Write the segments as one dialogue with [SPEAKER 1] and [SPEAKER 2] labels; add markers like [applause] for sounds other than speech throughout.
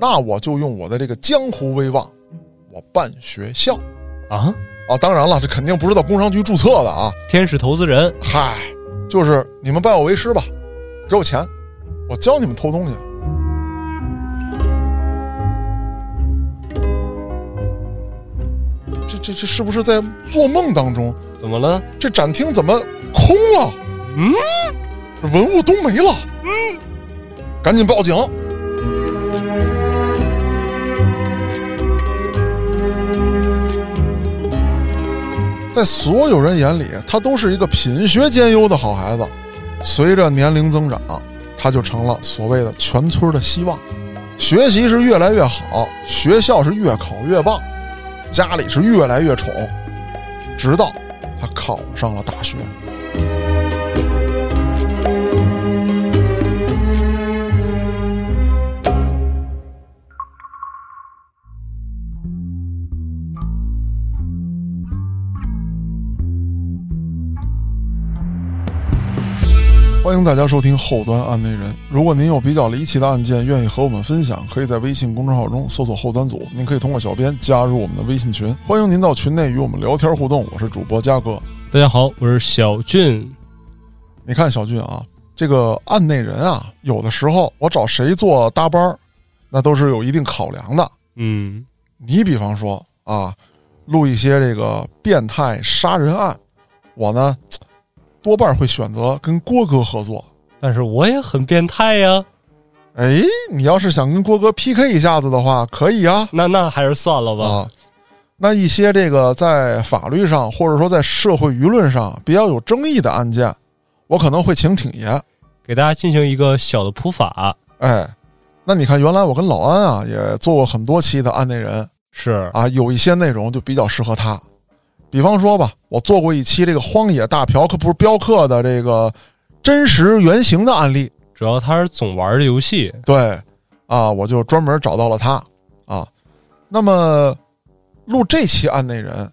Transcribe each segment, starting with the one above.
[SPEAKER 1] 那我就用我的这个江湖威望，我办学校
[SPEAKER 2] 啊，
[SPEAKER 1] 啊。当然了，这肯定不是到工商局注册的啊。
[SPEAKER 2] 天使投资人
[SPEAKER 1] 嗨，就是你们拜我为师吧，给我钱，我教你们偷东西。这这这是不是在做梦当中？
[SPEAKER 2] 怎么了？
[SPEAKER 1] 这展厅怎么空了？
[SPEAKER 2] 嗯，
[SPEAKER 1] 这文物都没了。嗯，赶紧报警！在所有人眼里，他都是一个品学兼优的好孩子。随着年龄增长，他就成了所谓的全村的希望。学习是越来越好，学校是越考越棒，家里是越来越宠，直到他考上了大学。欢迎大家收听后端案内人。如果您有比较离奇的案件，愿意和我们分享，可以在微信公众号中搜索“后端组”，您可以通过小编加入我们的微信群。欢迎您到群内与我们聊天互动。我是主播嘉哥。
[SPEAKER 2] 大家好，我是小俊。
[SPEAKER 1] 你看小俊啊，这个案内人啊，有的时候我找谁做搭班儿，那都是有一定考量的。
[SPEAKER 2] 嗯，
[SPEAKER 1] 你比方说啊，录一些这个变态杀人案，我呢多半会选择跟郭哥合作。
[SPEAKER 2] 但是我也很变态呀、
[SPEAKER 1] 哎，你要是想跟郭哥 PK 一下子的话，可以啊
[SPEAKER 2] 那那还是算了吧。
[SPEAKER 1] 啊。那一些这个在法律上或者说在社会舆论上比较有争议的案件，我可能会请挺爷。
[SPEAKER 2] 给大家进行一个小的普法，
[SPEAKER 1] 哎，那你看，原来我跟老安啊也做过很多期的案内人
[SPEAKER 2] 是
[SPEAKER 1] 啊，有一些内容就比较适合他。比方说吧，我做过一期这个荒野大嫖客不是镖客的这个真实原型的案例，
[SPEAKER 2] 主要他是总玩的游戏，
[SPEAKER 1] 对，啊，我就专门找到了他啊。那么录这期案内人，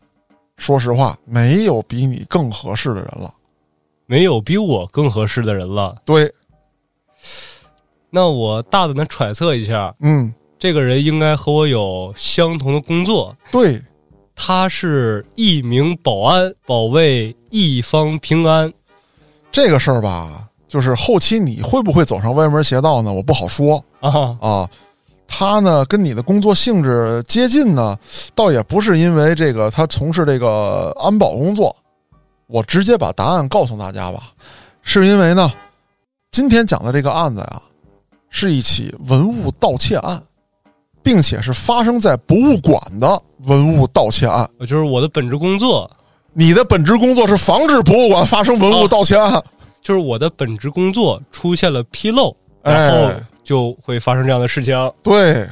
[SPEAKER 1] 说实话，没有比你更合适的人了。
[SPEAKER 2] 没有比我更合适的人了。
[SPEAKER 1] 对，
[SPEAKER 2] 那我大胆的揣测一下，
[SPEAKER 1] 嗯，
[SPEAKER 2] 这个人应该和我有相同的工作，
[SPEAKER 1] 对，
[SPEAKER 2] 他是一名保安，保卫一方平安。
[SPEAKER 1] 这个事儿吧，就是后期你会不会走上歪门邪道呢？我不好说
[SPEAKER 2] 啊，
[SPEAKER 1] 啊。他呢，跟你的工作性质接近呢，倒也不是因为这个他从事这个安保工作。我直接把答案告诉大家吧，是因为呢，今天讲的这个案子呀、是一起文物盗窃案，并且是发生在博物馆的文物盗窃案。
[SPEAKER 2] 就是我的本职工作，
[SPEAKER 1] 你的本职工作是防止博物馆发生文物盗窃案，
[SPEAKER 2] 就是我的本职工作出现了纰漏，
[SPEAKER 1] 哎
[SPEAKER 2] 然后就会发生这样的事情。
[SPEAKER 1] 对，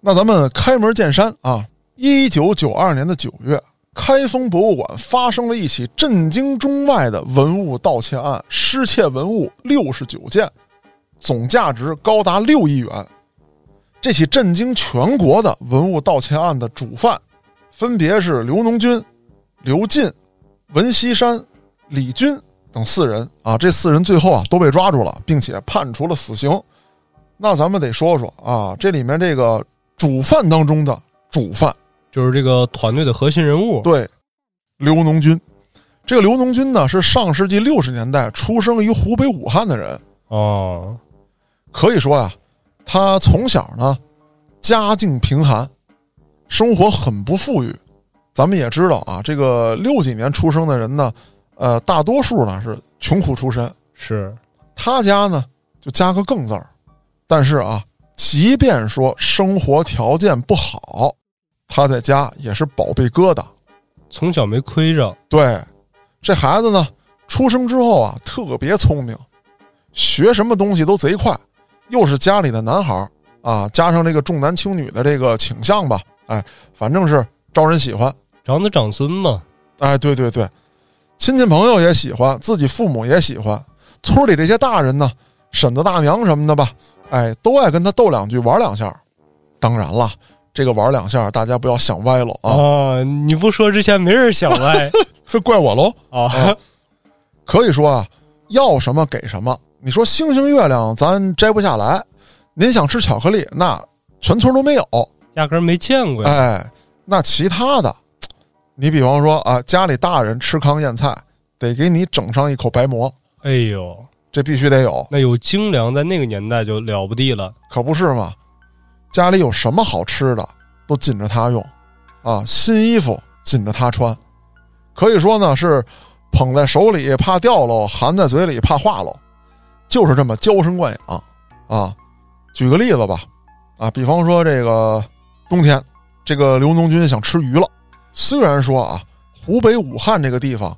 [SPEAKER 1] 那咱们开门见山啊！一九九二年的九月，开封博物馆发生了一起震惊中外的文物盗窃案，失窃文物六十九件，总价值高达六亿元。这起震惊全国的文物盗窃案的主犯，分别是刘农军、刘进、文锡山、李军等四人啊。这四人最后啊都被抓住了，并且判处了死刑。那咱们得说说啊，这里面这个主犯当中的主犯，
[SPEAKER 2] 就是这个团队的核心人物，
[SPEAKER 1] 对，刘农军。这个刘农军呢，是上世纪六十年代出生于湖北武汉的人，
[SPEAKER 2] 哦，
[SPEAKER 1] 可以说呀、他从小呢家境贫寒，生活很不富裕。咱们也知道啊，这个六几年出生的人呢，呃，大多数呢是穷苦出身，
[SPEAKER 2] 是
[SPEAKER 1] 他家呢就加个更字儿。但是啊，即便说生活条件不好，他在家也是宝贝疙瘩。
[SPEAKER 2] 从小没亏着，
[SPEAKER 1] 对，这孩子呢，出生之后啊，特别聪明，学什么东西都贼快，又是家里的男孩儿啊，加上这个重男轻女的这个倾向吧，哎，反正是招人喜欢。
[SPEAKER 2] 长子长孙嘛，
[SPEAKER 1] 哎，对对对，亲戚朋友也喜欢，自己父母也喜欢，村里这些大人呢，婶子、大娘什么的吧，哎，都爱跟他斗两句，玩两下。当然了，这个玩两下，大家不要想歪了啊，
[SPEAKER 2] 啊，你不说之前没人想 [laughs] 歪
[SPEAKER 1] 是怪我喽。
[SPEAKER 2] 啊，
[SPEAKER 1] 可以说啊，要什么给什么。你说星星月亮咱摘不下来，您想吃巧克力，那全村都没有。
[SPEAKER 2] 压根儿没见过呀。
[SPEAKER 1] 哎，那其他的，你比方说啊，家里大人吃糠咽菜，得给你整上一口白馍，
[SPEAKER 2] 哎呦，
[SPEAKER 1] 这必须得有，
[SPEAKER 2] 那有精粮，在那个年代就了不地了。
[SPEAKER 1] 可不是嘛？家里有什么好吃的，都紧着他用，啊，新衣服紧着他穿，可以说呢是捧在手里怕掉喽，含在嘴里怕化喽，就是这么娇生惯养啊。举个例子吧，啊，比方说这个冬天，这个刘农军想吃鱼了，虽然说啊，湖北武汉这个地方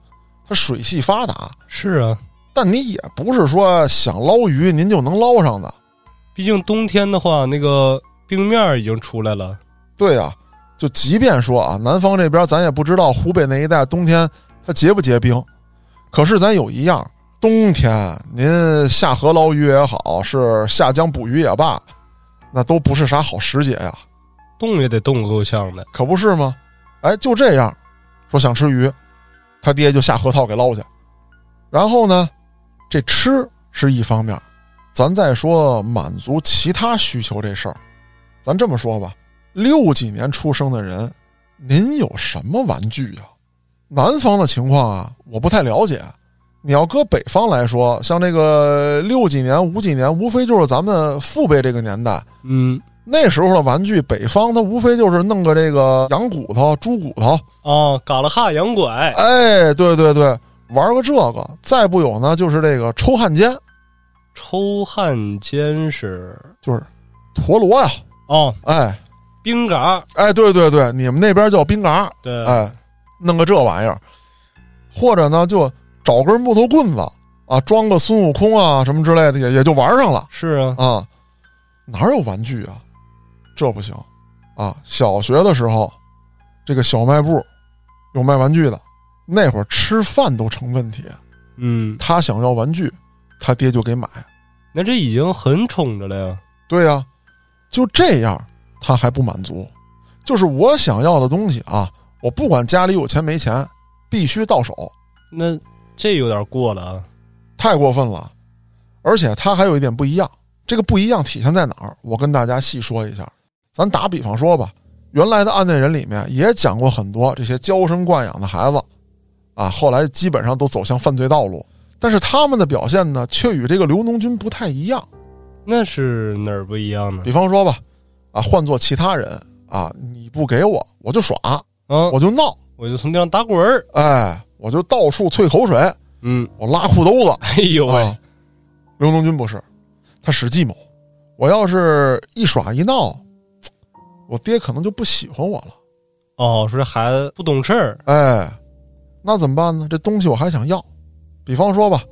[SPEAKER 1] 它水系发达，
[SPEAKER 2] 是啊，
[SPEAKER 1] 但你也不是说想捞鱼您就能捞上的。
[SPEAKER 2] 毕竟冬天的话，那个冰面儿已经出来了。
[SPEAKER 1] 对啊，就即便说啊，南方这边咱也不知道湖北那一带冬天它结不结冰，可是咱有一样，冬天您下河捞鱼也好，是下江捕鱼也罢，那都不是啥好时节呀，
[SPEAKER 2] 冻也得冻个够呛的。
[SPEAKER 1] 可不是吗？哎，就这样，说想吃鱼，他爹就下河套给捞去。然后呢，这吃是一方面，咱再说满足其他需求这事儿，咱这么说吧，六几年出生的人，您有什么玩具呀、南方的情况啊，我不太了解。你要搁北方来说，像这个六几年、五几年，无非就是咱们父辈这个年代，
[SPEAKER 2] 嗯，
[SPEAKER 1] 那时候的玩具，北方它无非就是弄个这个羊骨头、猪骨头，
[SPEAKER 2] 哦，嘎啦哈羊拐，
[SPEAKER 1] 哎，对对对，玩个这个。再不有呢，就是这个抽汉奸，
[SPEAKER 2] 抽汉奸是
[SPEAKER 1] 就是陀螺呀、
[SPEAKER 2] 哦，
[SPEAKER 1] 哎
[SPEAKER 2] 冰嘎儿，
[SPEAKER 1] 哎，对对对，你们那边叫冰嘎，
[SPEAKER 2] 对，
[SPEAKER 1] 哎，弄个这玩意儿，或者呢，就找根木头棍子啊，装个孙悟空啊什么之类的，也也就玩上了。
[SPEAKER 2] 是啊，
[SPEAKER 1] 啊，哪有玩具啊？这不行啊！小学的时候，这个小卖部有卖玩具的，那会儿吃饭都成问题。
[SPEAKER 2] 嗯，
[SPEAKER 1] 他想要玩具，他爹就给买。
[SPEAKER 2] 那这已经很宠着了呀。
[SPEAKER 1] 对呀、就这样，他还不满足。就是我想要的东西啊，我不管家里有钱没钱，必须到手，
[SPEAKER 2] 那这有点过了啊。
[SPEAKER 1] 太过分了。而且他还有一点不一样，这个不一样体现在哪儿？我跟大家细说一下。咱打比方说吧，原来的案内人里面也讲过很多这些娇生惯养的孩子，啊，后来基本上都走向犯罪道路。但是他们的表现呢，却与这个刘农军不太一样。
[SPEAKER 2] 那是哪儿不一样呢？
[SPEAKER 1] 比方说吧，啊，换做其他人啊，你不给我，我就耍，
[SPEAKER 2] 啊，
[SPEAKER 1] 我就闹，
[SPEAKER 2] 我就从地上打滚儿。
[SPEAKER 1] 哎，我就到处啐口水，
[SPEAKER 2] 嗯，
[SPEAKER 1] 我拉裤兜子，
[SPEAKER 2] 哎呦喂，
[SPEAKER 1] 啊，刘农军不是，他使计谋。我要是一耍一闹，我爹可能就不喜欢我了。
[SPEAKER 2] 哦，说这孩子不懂事儿。
[SPEAKER 1] 哎，那怎么办呢？这东西我还想要，比方说吧，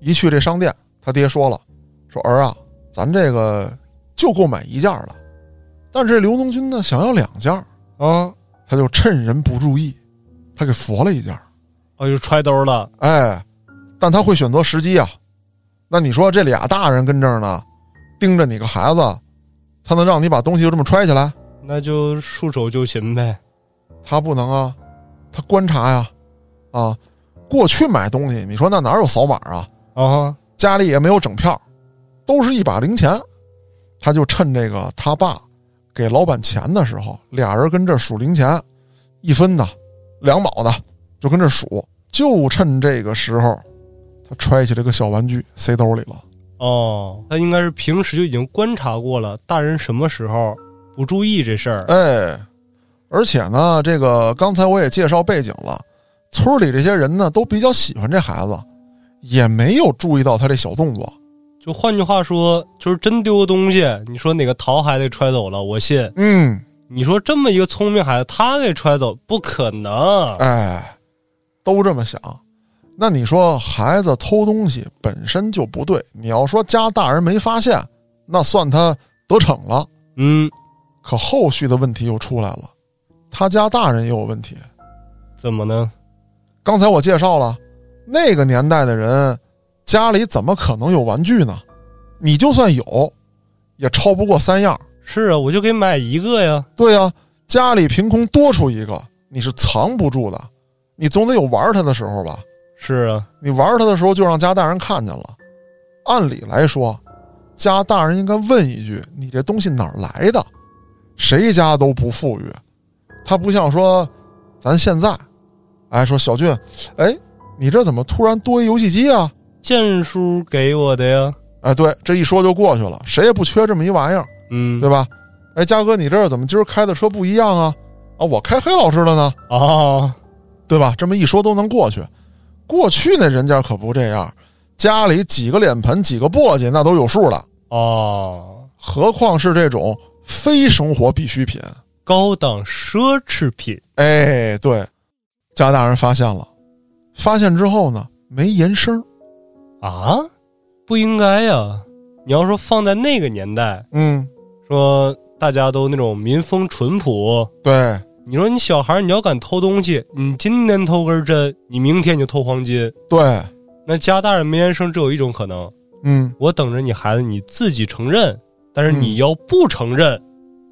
[SPEAKER 1] 一去这商店，他爹说了，说儿啊，咱这个就够买一件了，但是这刘农军呢想要两件，
[SPEAKER 2] 啊，
[SPEAKER 1] 他就趁人不注意，他给佛了一件。
[SPEAKER 2] 哦，就揣兜了。
[SPEAKER 1] 哎，但他会选择时机啊。那你说这俩大人跟这儿呢，盯着你个孩子，他能让你把东西就这么揣起来？
[SPEAKER 2] 那就束手就擒呗。
[SPEAKER 1] 他不能啊，他观察呀、啊，过去买东西，你说那哪有扫码啊？
[SPEAKER 2] 啊，
[SPEAKER 1] 家里也没有整票，都是一把零钱。他就趁这个他爸给老板钱的时候，俩人跟这儿数零钱，一分的、两毛的，就跟这儿数。就趁这个时候，他揣起这个小玩具塞兜里了。
[SPEAKER 2] 哦，他应该是平时就已经观察过了，大人什么时候不注意这事儿。
[SPEAKER 1] 哎，而且呢，这个刚才我也介绍背景了，村里这些人呢都比较喜欢这孩子，也没有注意到他这小动作。
[SPEAKER 2] 就换句话说，就是真丢东西，你说哪个淘孩子揣走了，我信。
[SPEAKER 1] 嗯，
[SPEAKER 2] 你说这么一个聪明孩子，他给揣走，不可能。
[SPEAKER 1] 哎，都这么想。那你说孩子偷东西本身就不对，你要说家大人没发现，那算他得逞了。
[SPEAKER 2] 嗯，
[SPEAKER 1] 可后续的问题又出来了，他家大人也有问题。
[SPEAKER 2] 怎么呢？
[SPEAKER 1] 刚才我介绍了，那个年代的人家里怎么可能有玩具呢？你就算有，也超不过三样。
[SPEAKER 2] 是啊，我就给买一个呀。
[SPEAKER 1] 对呀、家里凭空多出一个，你是藏不住的，你总得有玩它的时候吧？
[SPEAKER 2] 是啊，
[SPEAKER 1] 你玩它的时候就让家大人看见了。按理来说，家大人应该问一句：“你这东西哪儿来的？”谁家都不富裕，他不像说咱现在，哎，说小俊，哎，你这怎么突然多一游戏机啊？
[SPEAKER 2] 建叔给我的呀，
[SPEAKER 1] 哎，对，这一说就过去了，谁也不缺这么一玩意儿，
[SPEAKER 2] 嗯，
[SPEAKER 1] 对吧？哎，嘉哥，你这儿怎么今儿开的车不一样啊？啊，我开黑老师的呢，
[SPEAKER 2] 哦，
[SPEAKER 1] 对吧？这么一说都能过去。过去那人家可不这样，家里几个脸盆、几个簸箕那都有数了，
[SPEAKER 2] 哦，
[SPEAKER 1] 何况是这种非生活必需品？
[SPEAKER 2] 高档奢侈品，
[SPEAKER 1] 哎，对，加拿大人发现了，发现之后呢，没言声。
[SPEAKER 2] 啊，不应该呀、你要说放在那个年代，
[SPEAKER 1] 嗯，
[SPEAKER 2] 说大家都那种民风淳朴，
[SPEAKER 1] 对，
[SPEAKER 2] 你说你小孩儿你要敢偷东西，你今天偷根针，你明天就偷黄金，
[SPEAKER 1] 对，
[SPEAKER 2] 那家大人没言声只有一种可能，
[SPEAKER 1] 嗯，
[SPEAKER 2] 我等着你孩子你自己承认，但是
[SPEAKER 1] 嗯
[SPEAKER 2] 你要不承认，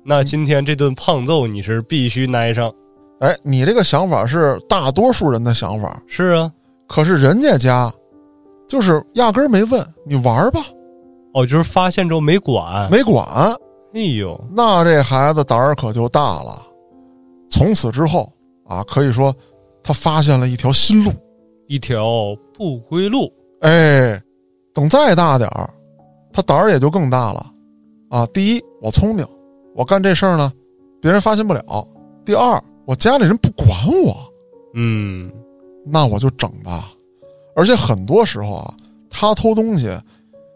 [SPEAKER 2] 那今天这顿胖揍你是必须挨上。
[SPEAKER 1] 哎，你这个想法是大多数人的想法，
[SPEAKER 2] 是啊，
[SPEAKER 1] 可是人家家就是压根儿没问你玩儿吧，
[SPEAKER 2] 哦，就是发现之后没管，
[SPEAKER 1] 没管。
[SPEAKER 2] 哎呦，
[SPEAKER 1] 那这孩子胆儿可就大了。从此之后啊，可以说他发现了一条新路。
[SPEAKER 2] 一条不归路。
[SPEAKER 1] 哎，等再大点儿，他胆儿也就更大了。啊，第一，我聪明，我干这事儿呢，别人发现不了；第二，我家里人不管我，
[SPEAKER 2] 嗯，
[SPEAKER 1] 那我就整吧。而且很多时候啊，他偷东西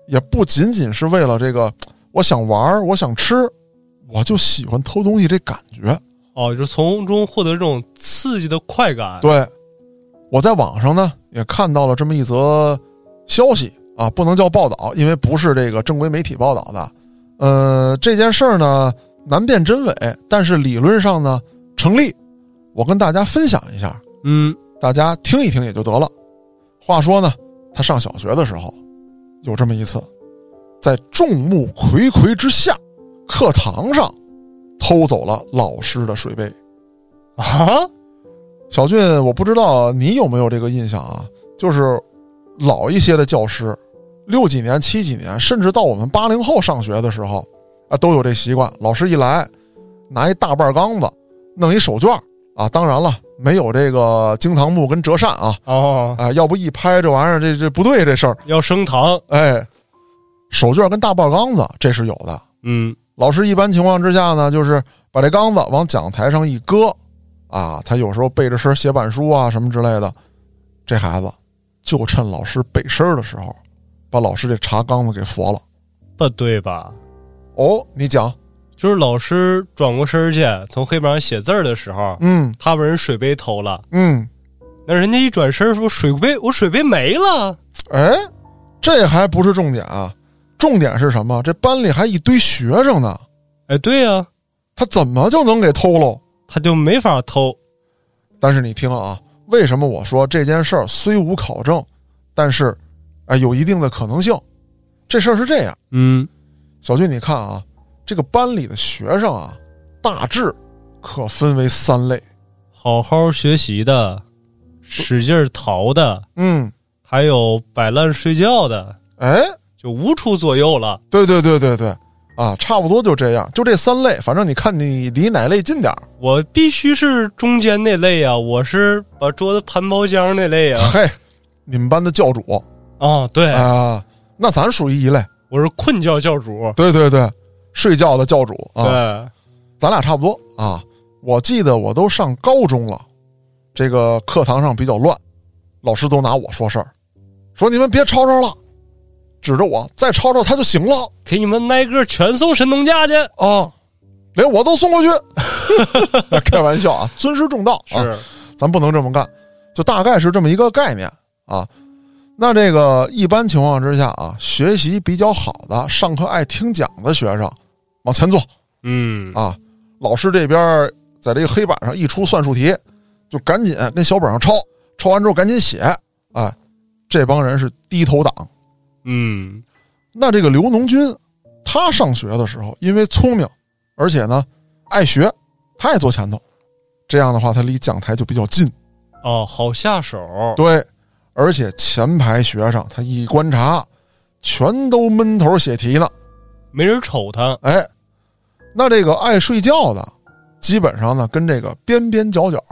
[SPEAKER 1] 也不仅仅是为了这个，我想玩儿，我想吃，我就喜欢偷东西这感觉。
[SPEAKER 2] 哦，就从中获得这种刺激的快感。
[SPEAKER 1] 对，我在网上呢也看到了这么一则消息啊，不能叫报道，因为不是这个正规媒体报道的。呃，这件事儿呢难辨真伪，但是理论上呢成立。我跟大家分享一下，
[SPEAKER 2] 嗯，
[SPEAKER 1] 大家听一听也就得了。话说呢，他上小学的时候，有这么一次，在众目睽睽之下，课堂上偷走了老师的水杯。
[SPEAKER 2] 啊，
[SPEAKER 1] 小俊，我不知道你有没有这个印象啊？就是老一些的教师，六几年、七几年，甚至到我们八零后上学的时候啊，都有这习惯。老师一来，拿一大半缸子，弄一手绢儿啊。当然了，没有这个惊堂木跟折扇啊
[SPEAKER 2] 哦，
[SPEAKER 1] 啊，要不一拍这玩意儿，这这不对这事儿。
[SPEAKER 2] 要升堂。
[SPEAKER 1] 哎，手绢儿跟大半缸子这是有的。
[SPEAKER 2] 嗯，
[SPEAKER 1] 老师一般情况之下呢，就是把这缸子往讲台上一搁，啊，他有时候背着身写板书啊什么之类的。这孩子就趁老师背身的时候，把老师这茶缸子给佛了。
[SPEAKER 2] 不对吧？
[SPEAKER 1] 哦，你讲，
[SPEAKER 2] 就是老师转过身去，从黑板上写字儿的时候，
[SPEAKER 1] 嗯
[SPEAKER 2] 他把人水杯偷了。
[SPEAKER 1] 嗯，
[SPEAKER 2] 那人家一转身说：“水杯，我水杯没了。
[SPEAKER 1] 哎，这还不是重点啊，重点是什么？这班里还一堆学生呢，”
[SPEAKER 2] 哎，对呀、
[SPEAKER 1] 他怎么就能给偷喽？
[SPEAKER 2] 他就没法偷。
[SPEAKER 1] 但是你听啊，为什么我说这件事儿虽无考证，但是，哎、有一定的可能性。这事儿是这样，
[SPEAKER 2] 嗯，
[SPEAKER 1] 小俊，你看啊，这个班里的学生啊，大致可分为三类。
[SPEAKER 2] 好好学习的，使劲儿逃的，
[SPEAKER 1] 嗯，
[SPEAKER 2] 还有摆烂睡觉的，
[SPEAKER 1] 哎，
[SPEAKER 2] 就无出左右了。
[SPEAKER 1] 对对对对对，啊，差不多就这样，就这三类，反正你看你离哪类近点儿。
[SPEAKER 2] 我必须是中间那类啊，我是把桌子盘包浆那类
[SPEAKER 1] [laughs]
[SPEAKER 2] 啊。
[SPEAKER 1] 嘿，你们班的教主
[SPEAKER 2] 啊，对，
[SPEAKER 1] 啊，那咱属于一类。
[SPEAKER 2] 我是困觉教主。
[SPEAKER 1] 对对对，睡觉的教主啊。
[SPEAKER 2] 对，
[SPEAKER 1] 咱俩差不多啊。我记得我都上高中了，这个课堂上比较乱，老师都拿我说事儿，说你们别吵吵了，指着我再吵吵他就行了
[SPEAKER 2] 给你们挨个全送神农架去。
[SPEAKER 1] 啊，连我都送过去。 [laughs] 开玩笑啊，尊师重道啊，
[SPEAKER 2] 是，
[SPEAKER 1] 咱不能这么干，就大概是这么一个概念啊。那这个一般情况之下啊，学习比较好的、上课爱听讲的学生，往前坐，
[SPEAKER 2] 嗯，
[SPEAKER 1] 啊，老师这边儿在这个黑板上一出算术题，就赶紧跟小本上抄，抄完之后赶紧写。哎，这帮人是低头党。
[SPEAKER 2] 嗯，
[SPEAKER 1] 那这个刘农军，他上学的时候因为聪明，而且呢爱学，他也坐前头。这样的话，他离讲台就比较近。
[SPEAKER 2] 哦，好下手。
[SPEAKER 1] 对，而且前排学生他一观察，全都闷头写题呢。
[SPEAKER 2] 没人瞅他。
[SPEAKER 1] 哎，那这个爱睡觉的，基本上呢跟这个边边角角，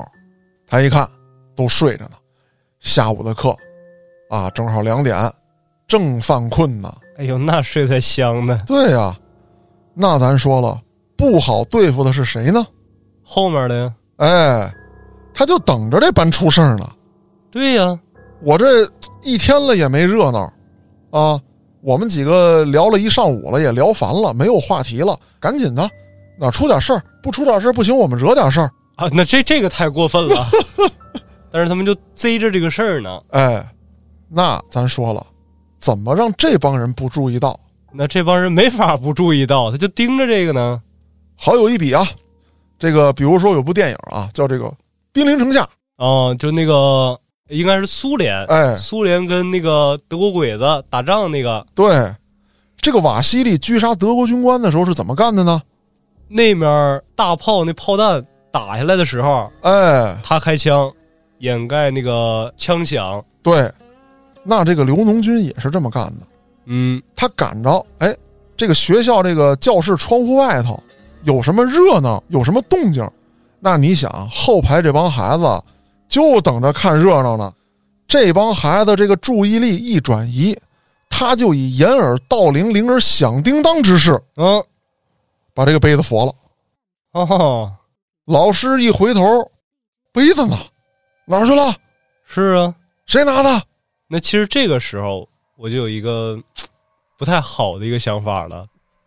[SPEAKER 1] 他一看都睡着呢。下午的课，啊，正好两点，正犯困呢。
[SPEAKER 2] 哎呦，那睡才香呢。
[SPEAKER 1] 对呀、那咱说了，不好对付的是谁呢？
[SPEAKER 2] 后面的呀，
[SPEAKER 1] 哎，他就等着这班出事儿呢。
[SPEAKER 2] 对呀、
[SPEAKER 1] 我这一天了也没热闹，啊，我们几个聊了一上午了，也聊烦了，没有话题了，赶紧的，哪出点事儿？不出点事儿不行，我们惹点事儿。
[SPEAKER 2] 啊，那这这个太过分了。 [laughs] 但是他们就贼着这个事儿呢。
[SPEAKER 1] 哎，那咱说了，怎么让这帮人不注意到？
[SPEAKER 2] 那这帮人没法不注意到，他就盯着这个呢。
[SPEAKER 1] 好有一比啊，这个比如说有部电影啊，叫这个《兵临城下》，
[SPEAKER 2] 哦，就那个应该是苏联，
[SPEAKER 1] 哎，
[SPEAKER 2] 苏联跟那个德国鬼子打仗那个，
[SPEAKER 1] 对，这个瓦西里狙杀德国军官的时候是怎么干的呢？
[SPEAKER 2] 那面大炮那炮弹打下来的时候，
[SPEAKER 1] 哎，
[SPEAKER 2] 他开枪掩盖那个枪响。
[SPEAKER 1] 对，那这个刘农军也是这么干的。
[SPEAKER 2] 嗯，
[SPEAKER 1] 他赶着，哎，这个学校这个教室窗户外头有什么热闹，有什么动静，那你想后排这帮孩子就等着看热闹呢。这帮孩子这个注意力一转移，他就以掩耳盗铃、铃儿响叮当之势
[SPEAKER 2] 嗯，
[SPEAKER 1] 把这个杯子佛了。
[SPEAKER 2] 哦，
[SPEAKER 1] 老师一回头，杯子呢？哪儿去了？
[SPEAKER 2] 是啊。
[SPEAKER 1] 谁拿的？
[SPEAKER 2] 那其实这个时候我就有一个不太好的一个想法了。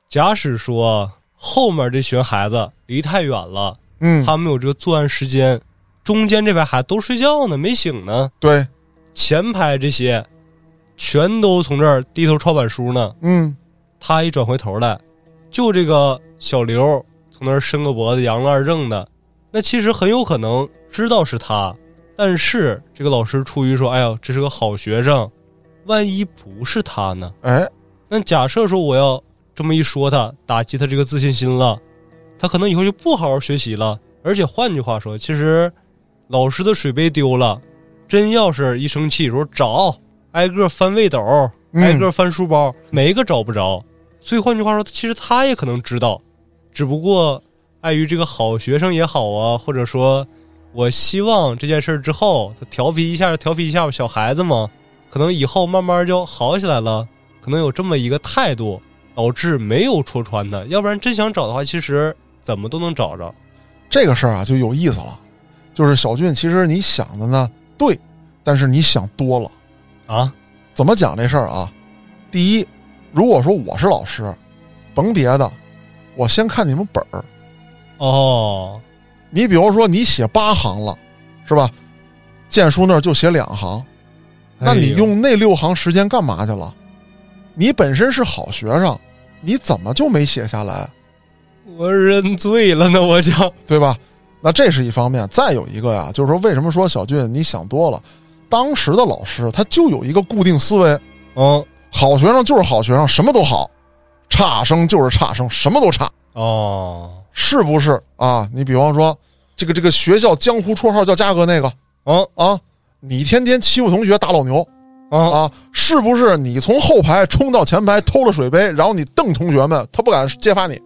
[SPEAKER 2] 假使说后面这群孩子离太远了，
[SPEAKER 1] 嗯，
[SPEAKER 2] 他们有这个作案时间，中间这排孩子都睡觉呢，没醒呢，
[SPEAKER 1] 对，
[SPEAKER 2] 前排这些全都从这儿低头抄板书呢。
[SPEAKER 1] 嗯，
[SPEAKER 2] 他一转回头来，就这个小刘从那儿伸个脖子，扬了二正的，那其实很有可能知道是他，但是这个老师出于说，哎呀，这是个好学生，万一不是他呢？
[SPEAKER 1] 哎，
[SPEAKER 2] 那假设说我要这么一说他，打击他这个自信心了，他可能以后就不好好学习了。而且换句话说，其实老师的水杯丢了，真要是一生气说找，挨个翻背斗，
[SPEAKER 1] 嗯
[SPEAKER 2] 挨个翻书包，没个找不着。所以换句话说，其实他也可能知道，只不过碍于这个好学生也好啊，或者说我希望这件事儿之后，他调皮一下调皮一下吧，小孩子嘛，可能以后慢慢就好起来了，可能有这么一个态度，导致没有戳穿他。要不然真想找的话，其实怎么都能找着。
[SPEAKER 1] 这个事儿啊就有意思了，就是小俊，其实你想的呢对，但是你想多了。
[SPEAKER 2] 啊，
[SPEAKER 1] 怎么讲这事儿啊？第一，如果说我是老师，甭别的，我先看你们本儿。
[SPEAKER 2] 哦，
[SPEAKER 1] 你比如说你写八行了，是吧？建书那儿就写两行，那你
[SPEAKER 2] 哎呦
[SPEAKER 1] 用那六行时间干嘛去了？你本身是好学生，你怎么就没写下来？
[SPEAKER 2] 我认罪了呢，我就
[SPEAKER 1] [laughs] 对吧？那这是一方面，再有一个呀，就是说为什么说小俊你想多了？当时的老师他就有一个固定思维，
[SPEAKER 2] 嗯
[SPEAKER 1] 好学生就是好学生，什么都好；差生就是差生，什么都差，
[SPEAKER 2] 哦
[SPEAKER 1] 是不是啊？你比方说这个这个学校江湖绰号叫嘉哥那个
[SPEAKER 2] 哦
[SPEAKER 1] 啊，你天天欺负同学打老牛
[SPEAKER 2] 哦
[SPEAKER 1] 啊，是不是？你从后排冲到前排偷了水杯，然后你瞪同学们，他不敢揭发你。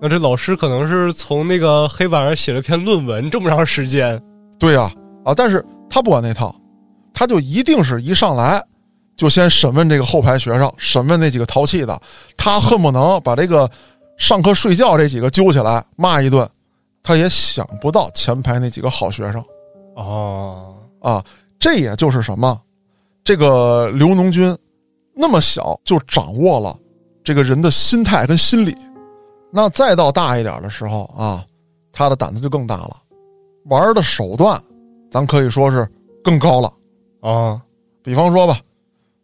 [SPEAKER 2] 那这老师可能是从那个黑板上写了篇论文，这么长时间
[SPEAKER 1] 对呀、啊，但是他不管那套，他就一定是一上来就先审问这个后排学生，审问那几个淘气的，他恨不能把这个上课睡觉这几个揪起来骂一顿，他也想不到前排那几个好学生
[SPEAKER 2] 哦。
[SPEAKER 1] 啊，这也就是什么，这个刘农军那么小就掌握了这个人的心态跟心理，那再到大一点的时候啊，他的胆子就更大了，玩的手段，咱可以说是更高了。
[SPEAKER 2] 啊，
[SPEAKER 1] 比方说吧，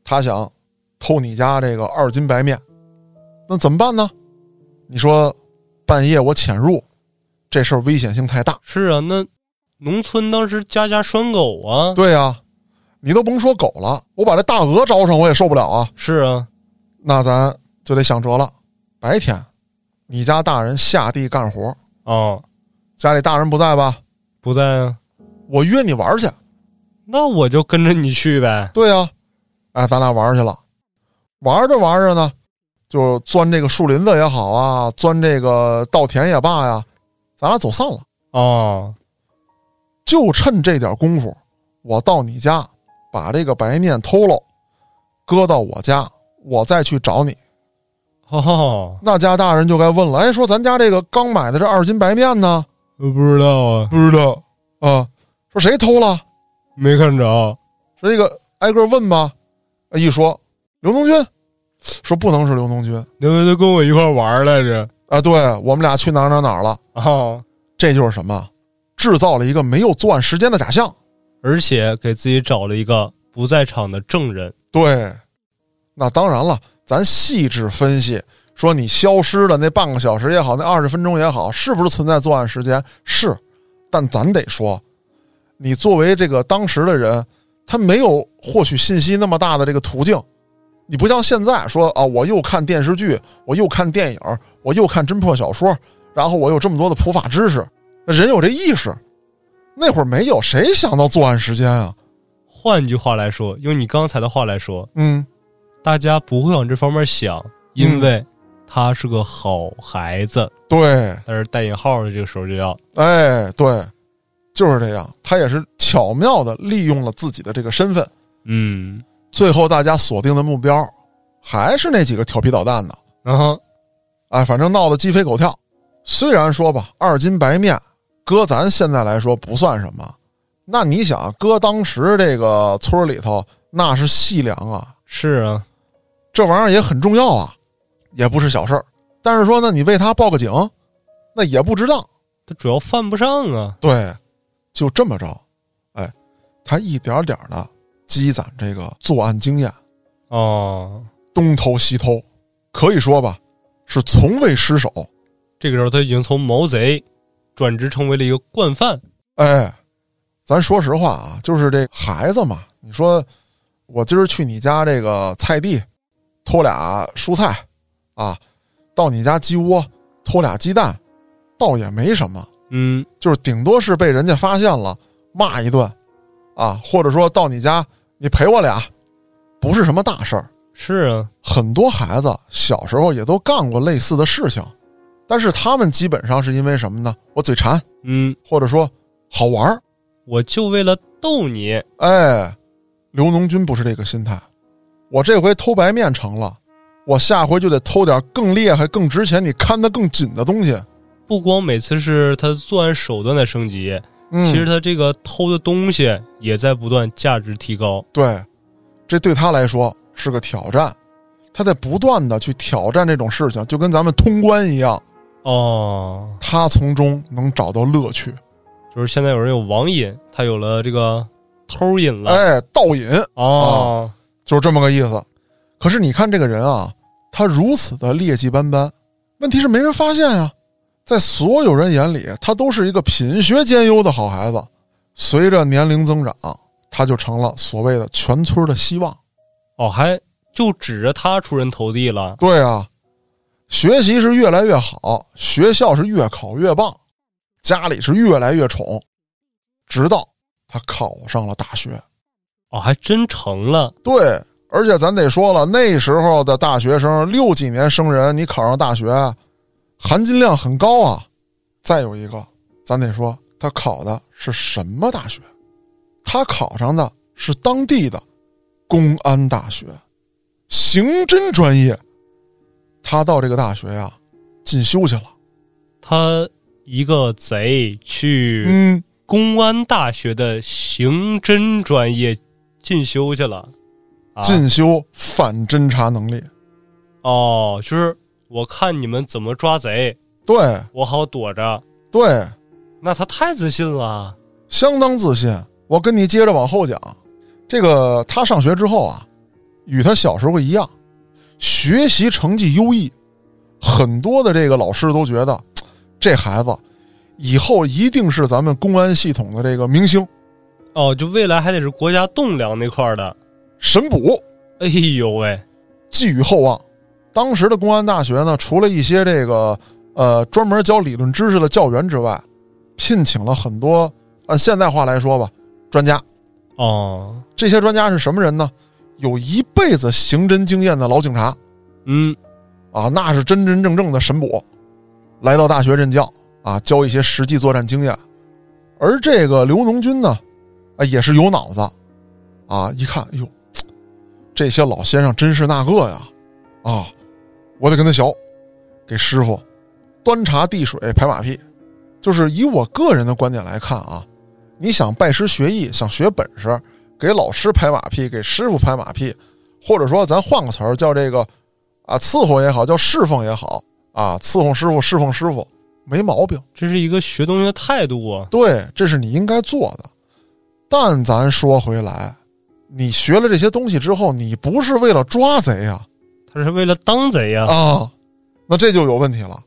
[SPEAKER 1] 他想偷你家这个二斤白面，那怎么办呢？你说半夜我潜入，这事儿危险性太大。
[SPEAKER 2] 是啊，那农村当时家家拴狗啊，
[SPEAKER 1] 对呀、你都甭说狗了，我把这大鹅招上我也受不了啊。
[SPEAKER 2] 是啊，
[SPEAKER 1] 那咱就得想辙了。白天，你家大人下地干活，
[SPEAKER 2] 啊，
[SPEAKER 1] 家里大人不在吧？
[SPEAKER 2] 不在啊，
[SPEAKER 1] 我约你玩儿去。啊
[SPEAKER 2] 那我就跟着你去呗。
[SPEAKER 1] 对呀、哎，咱俩玩儿去了。玩着玩着呢，就钻这个树林子也好啊，钻这个稻田也罢呀、咱俩走散了。
[SPEAKER 2] 哦，
[SPEAKER 1] 就趁这点功夫，我到你家把这个白面偷了，搁到我家，我再去找你。
[SPEAKER 2] 哦，
[SPEAKER 1] 那家大人就该问了，哎，说咱家这个刚买的这二斤白面呢？
[SPEAKER 2] 我不知道啊，
[SPEAKER 1] 不知道啊，说谁偷了？
[SPEAKER 2] 没看着。
[SPEAKER 1] 说这个挨个问吧。一说刘东军，说不能是刘东军
[SPEAKER 2] 刘维都跟我一块玩来着。
[SPEAKER 1] 啊，对我们俩去哪儿哪儿哪儿了？
[SPEAKER 2] 哦，
[SPEAKER 1] 这就是什么？制造了一个没有作案时间的假象。
[SPEAKER 2] 而且给自己找了一个不在场的证人。
[SPEAKER 1] 对，那当然了，咱细致分析，说你消失的那半个小时也好，那二十分钟也好，是不是存在作案时间？是，但咱得说，你作为这个当时的人，他没有获取信息那么大的这个途径。你不像现在说啊，我又看电视剧，我又看电影，我又看侦破小说，然后我有这么多的普法知识，人有这意识。那会儿没有，谁想到作案时间啊？
[SPEAKER 2] 换句话来说，用你刚才的话来说，
[SPEAKER 1] 嗯，
[SPEAKER 2] 大家不会往这方面想，因为他是个好孩子。
[SPEAKER 1] 对，
[SPEAKER 2] 但是带引号的这个时候就要
[SPEAKER 1] 哎，对，就是这样。他也是巧妙的利用了自己的这个身份。
[SPEAKER 2] 嗯，
[SPEAKER 1] 最后大家锁定的目标还是那几个调皮捣蛋的，
[SPEAKER 2] 然后
[SPEAKER 1] 哎，反正闹得鸡飞狗跳。虽然说吧，二斤白面搁咱现在来说不算什么，那你想搁当时这个村里头那是细粮啊，
[SPEAKER 2] 是啊，
[SPEAKER 1] 这玩意儿也很重要啊，也不是小事儿。但是说呢，你为他报个警，那也不值当。
[SPEAKER 2] 他主要犯不上啊。
[SPEAKER 1] 对，就这么着，哎，他一点点的积攒这个作案经验，
[SPEAKER 2] 哦，
[SPEAKER 1] 东偷西偷，可以说吧，是从未失手。
[SPEAKER 2] 这个时候他已经从毛贼转职成为了一个惯犯。
[SPEAKER 1] 哎，咱说实话啊，就是这孩子嘛，你说我今儿去你家这个菜地偷俩蔬菜啊，到你家鸡窝偷俩鸡蛋，倒也没什么。
[SPEAKER 2] 嗯，
[SPEAKER 1] 就是顶多是被人家发现了骂一顿，啊，或者说到你家你陪我俩，不是什么大事儿。
[SPEAKER 2] 是啊，
[SPEAKER 1] 很多孩子小时候也都干过类似的事情，但是他们基本上是因为什么呢？我嘴馋，
[SPEAKER 2] 嗯，
[SPEAKER 1] 或者说好玩儿。
[SPEAKER 2] 我就为了逗你。
[SPEAKER 1] 哎，刘农军不是这个心态，我这回偷白面成了，我下回就得偷点更厉害、更值钱、你看得更紧的东西。
[SPEAKER 2] 不光每次是他作案手段在升级，
[SPEAKER 1] 嗯，
[SPEAKER 2] 其实他这个偷的东西也在不断价值提高。
[SPEAKER 1] 对，这对他来说是个挑战，他在不断的去挑战这种事情，就跟咱们通关一样，
[SPEAKER 2] 哦，
[SPEAKER 1] 他从中能找到乐趣。
[SPEAKER 2] 就是现在有人有网瘾，他有了这个偷瘾了。
[SPEAKER 1] 哎，倒瘾
[SPEAKER 2] 哦，
[SPEAKER 1] 就是这么个意思。可是你看这个人啊，他如此的劣迹斑斑，问题是没人发现啊，在所有人眼里，他都是一个品学兼优的好孩子。随着年龄增长，他就成了所谓的全村的希望。
[SPEAKER 2] 哦，还就指着他出人头地了。
[SPEAKER 1] 对啊，学习是越来越好，学校是越考越棒，家里是越来越宠，直到他考上了大学。
[SPEAKER 2] 哦，还真成了。
[SPEAKER 1] 对，而且咱得说了，那时候的大学生，六几年生人，你考上大学，含金量很高啊。再有一个，咱得说他考的是什么大学？他考上的是当地的公安大学，刑侦专业。他到这个大学呀、进修去了。
[SPEAKER 2] 他一个贼去
[SPEAKER 1] 嗯，
[SPEAKER 2] 公安大学的刑侦专业进修去了。啊，
[SPEAKER 1] 进修反侦查能力。
[SPEAKER 2] 哦，就是我看你们怎么抓贼，
[SPEAKER 1] 对
[SPEAKER 2] 我好躲着。
[SPEAKER 1] 对，
[SPEAKER 2] 那他太自信了。
[SPEAKER 1] 相当自信。我跟你接着往后讲，这个他上学之后啊，与他小时候一样，学习成绩优异，很多的这个老师都觉得嘖这孩子以后一定是咱们公安系统的这个明星
[SPEAKER 2] 哦，就未来还得是国家栋梁那块儿的。
[SPEAKER 1] 神捕，
[SPEAKER 2] 哎呦喂，
[SPEAKER 1] 寄予厚望。当时的公安大学呢，除了一些这个呃专门教理论知识的教员之外，聘请了很多按现代话来说吧，专家。
[SPEAKER 2] 哦，
[SPEAKER 1] 这些专家是什么人呢？有一辈子刑侦经验的老警察，
[SPEAKER 2] 嗯，
[SPEAKER 1] 啊，那是真真正正的神捕，来到大学任教啊，教一些实际作战经验。而这个刘农军呢，啊，也是有脑子啊，一看，哎呦，这些老先生真是那个呀，啊，我得跟他学，给师傅端茶递水拍马屁。就是以我个人的观点来看啊，你想拜师学艺，想学本事，给老师拍马屁，给师傅拍马屁，或者说咱换个词儿叫这个啊伺候也好，叫侍奉也好啊，伺候师傅侍奉师傅没毛病。
[SPEAKER 2] 这是一个学东西的态度啊。
[SPEAKER 1] 对，这是你应该做的。但咱说回来，你学了这些东西之后，你不是为了抓贼呀
[SPEAKER 2] 他是为了当贼呀、
[SPEAKER 1] 啊那这就有问题了。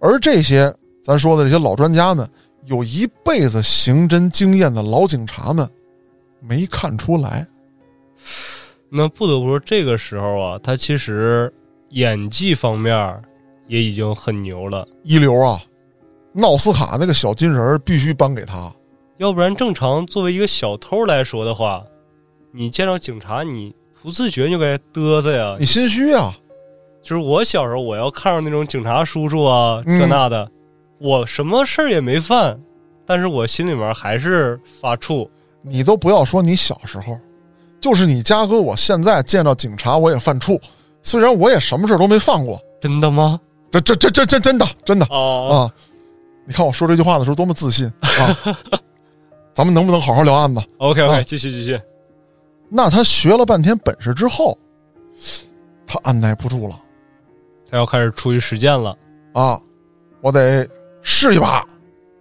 [SPEAKER 1] 而这些咱说的这些老专家们，有一辈子刑侦经验的老警察们，没看出来。
[SPEAKER 2] 那不得不说，这个时候啊，他其实演技方面也已经很牛了。
[SPEAKER 1] 一流啊，闹斯卡那个小金人儿必须颁给他。
[SPEAKER 2] 要不然，正常作为一个小偷来说的话，你见到警察，你不自觉就该嘚瑟呀
[SPEAKER 1] 你。心虚啊，
[SPEAKER 2] 就是我小时候，我要看上那种警察叔叔啊，
[SPEAKER 1] 嗯
[SPEAKER 2] 这那的，我什么事儿也没犯，但是我心里面还是发怵。
[SPEAKER 1] 你都不要说你小时候，就是你家哥，我现在见到警察我也犯怵。虽然我也什么事儿都没犯过，
[SPEAKER 2] 真的吗？
[SPEAKER 1] 这这这这这真的真的
[SPEAKER 2] 哦，
[SPEAKER 1] 啊！你看我说这句话的时候多么自信啊！咱们能不能好好聊案子？
[SPEAKER 2] OK OK，、
[SPEAKER 1] 啊
[SPEAKER 2] 哦继续继续。
[SPEAKER 1] 那他学了半天本事之后，他按耐不住了
[SPEAKER 2] 他要开始出去实践了。
[SPEAKER 1] 啊！我得试一把，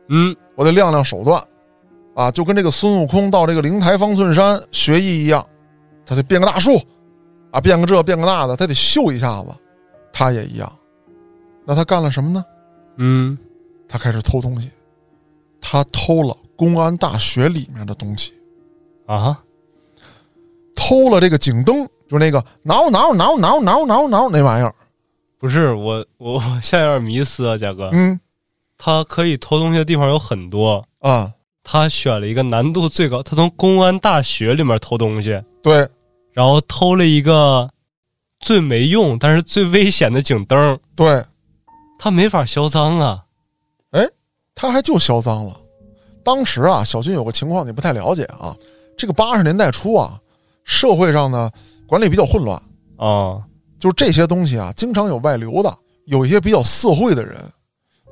[SPEAKER 2] 嗯，
[SPEAKER 1] 我得亮亮手段啊！就跟这个孙悟空到这个灵台方寸山学艺一样，他得变个大树啊，变个这变个那的，他得秀一下子。他也一样。那他干了什么呢？
[SPEAKER 2] 嗯，
[SPEAKER 1] 他开始偷东西，他偷了公安大学里面的东西，
[SPEAKER 2] 啊，
[SPEAKER 1] 偷了这个警灯，就是那个挠挠挠挠挠挠挠那玩意儿。
[SPEAKER 2] 不是我，我我现在有点迷思啊，贾哥。
[SPEAKER 1] 嗯
[SPEAKER 2] 他可以偷东西的地方有很多，
[SPEAKER 1] 啊，
[SPEAKER 2] 他选了一个难度最高，他从公安大学里面偷东西，
[SPEAKER 1] 对
[SPEAKER 2] 然后偷了一个最没用但是最危险的警灯，
[SPEAKER 1] 对，
[SPEAKER 2] 他没法销赃啊。
[SPEAKER 1] 他还就销赃了。当时啊，小军有个情况你不太了解啊，这个八十年代初啊，社会上呢管理比较混乱，
[SPEAKER 2] 啊，
[SPEAKER 1] 就是这些东西啊，经常有外流的，有一些比较社会的人，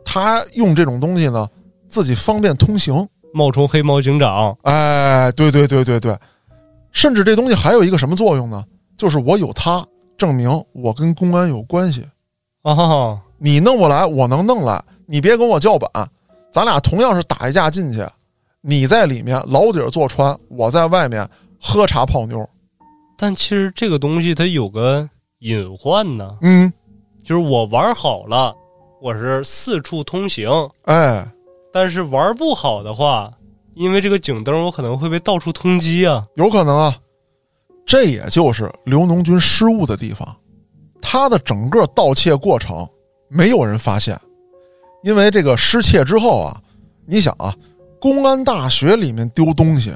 [SPEAKER 1] 他用这种东西呢，自己方便通行。
[SPEAKER 2] 冒充黑猫警长，
[SPEAKER 1] 哎，对对对对对，甚至这东西还有一个什么作用呢？就是我有它，证明我跟公安有关系。
[SPEAKER 2] 啊，
[SPEAKER 1] 你弄不来，我能弄来。你别跟我叫板，咱俩同样是打一架进去，你在里面老底儿坐穿，我在外面喝茶泡妞。
[SPEAKER 2] 但其实这个东西它有个隐患呢，
[SPEAKER 1] 嗯，
[SPEAKER 2] 就是我玩好了，我是四处通行，
[SPEAKER 1] 哎，
[SPEAKER 2] 但是玩不好的话，因为这个警灯，我可能会被到处通缉啊。
[SPEAKER 1] 有可能啊。这也就是刘农军失误的地方，他的整个盗窃过程没有人发现，因为这个失窃之后啊，你想啊，公安大学里面丢东西，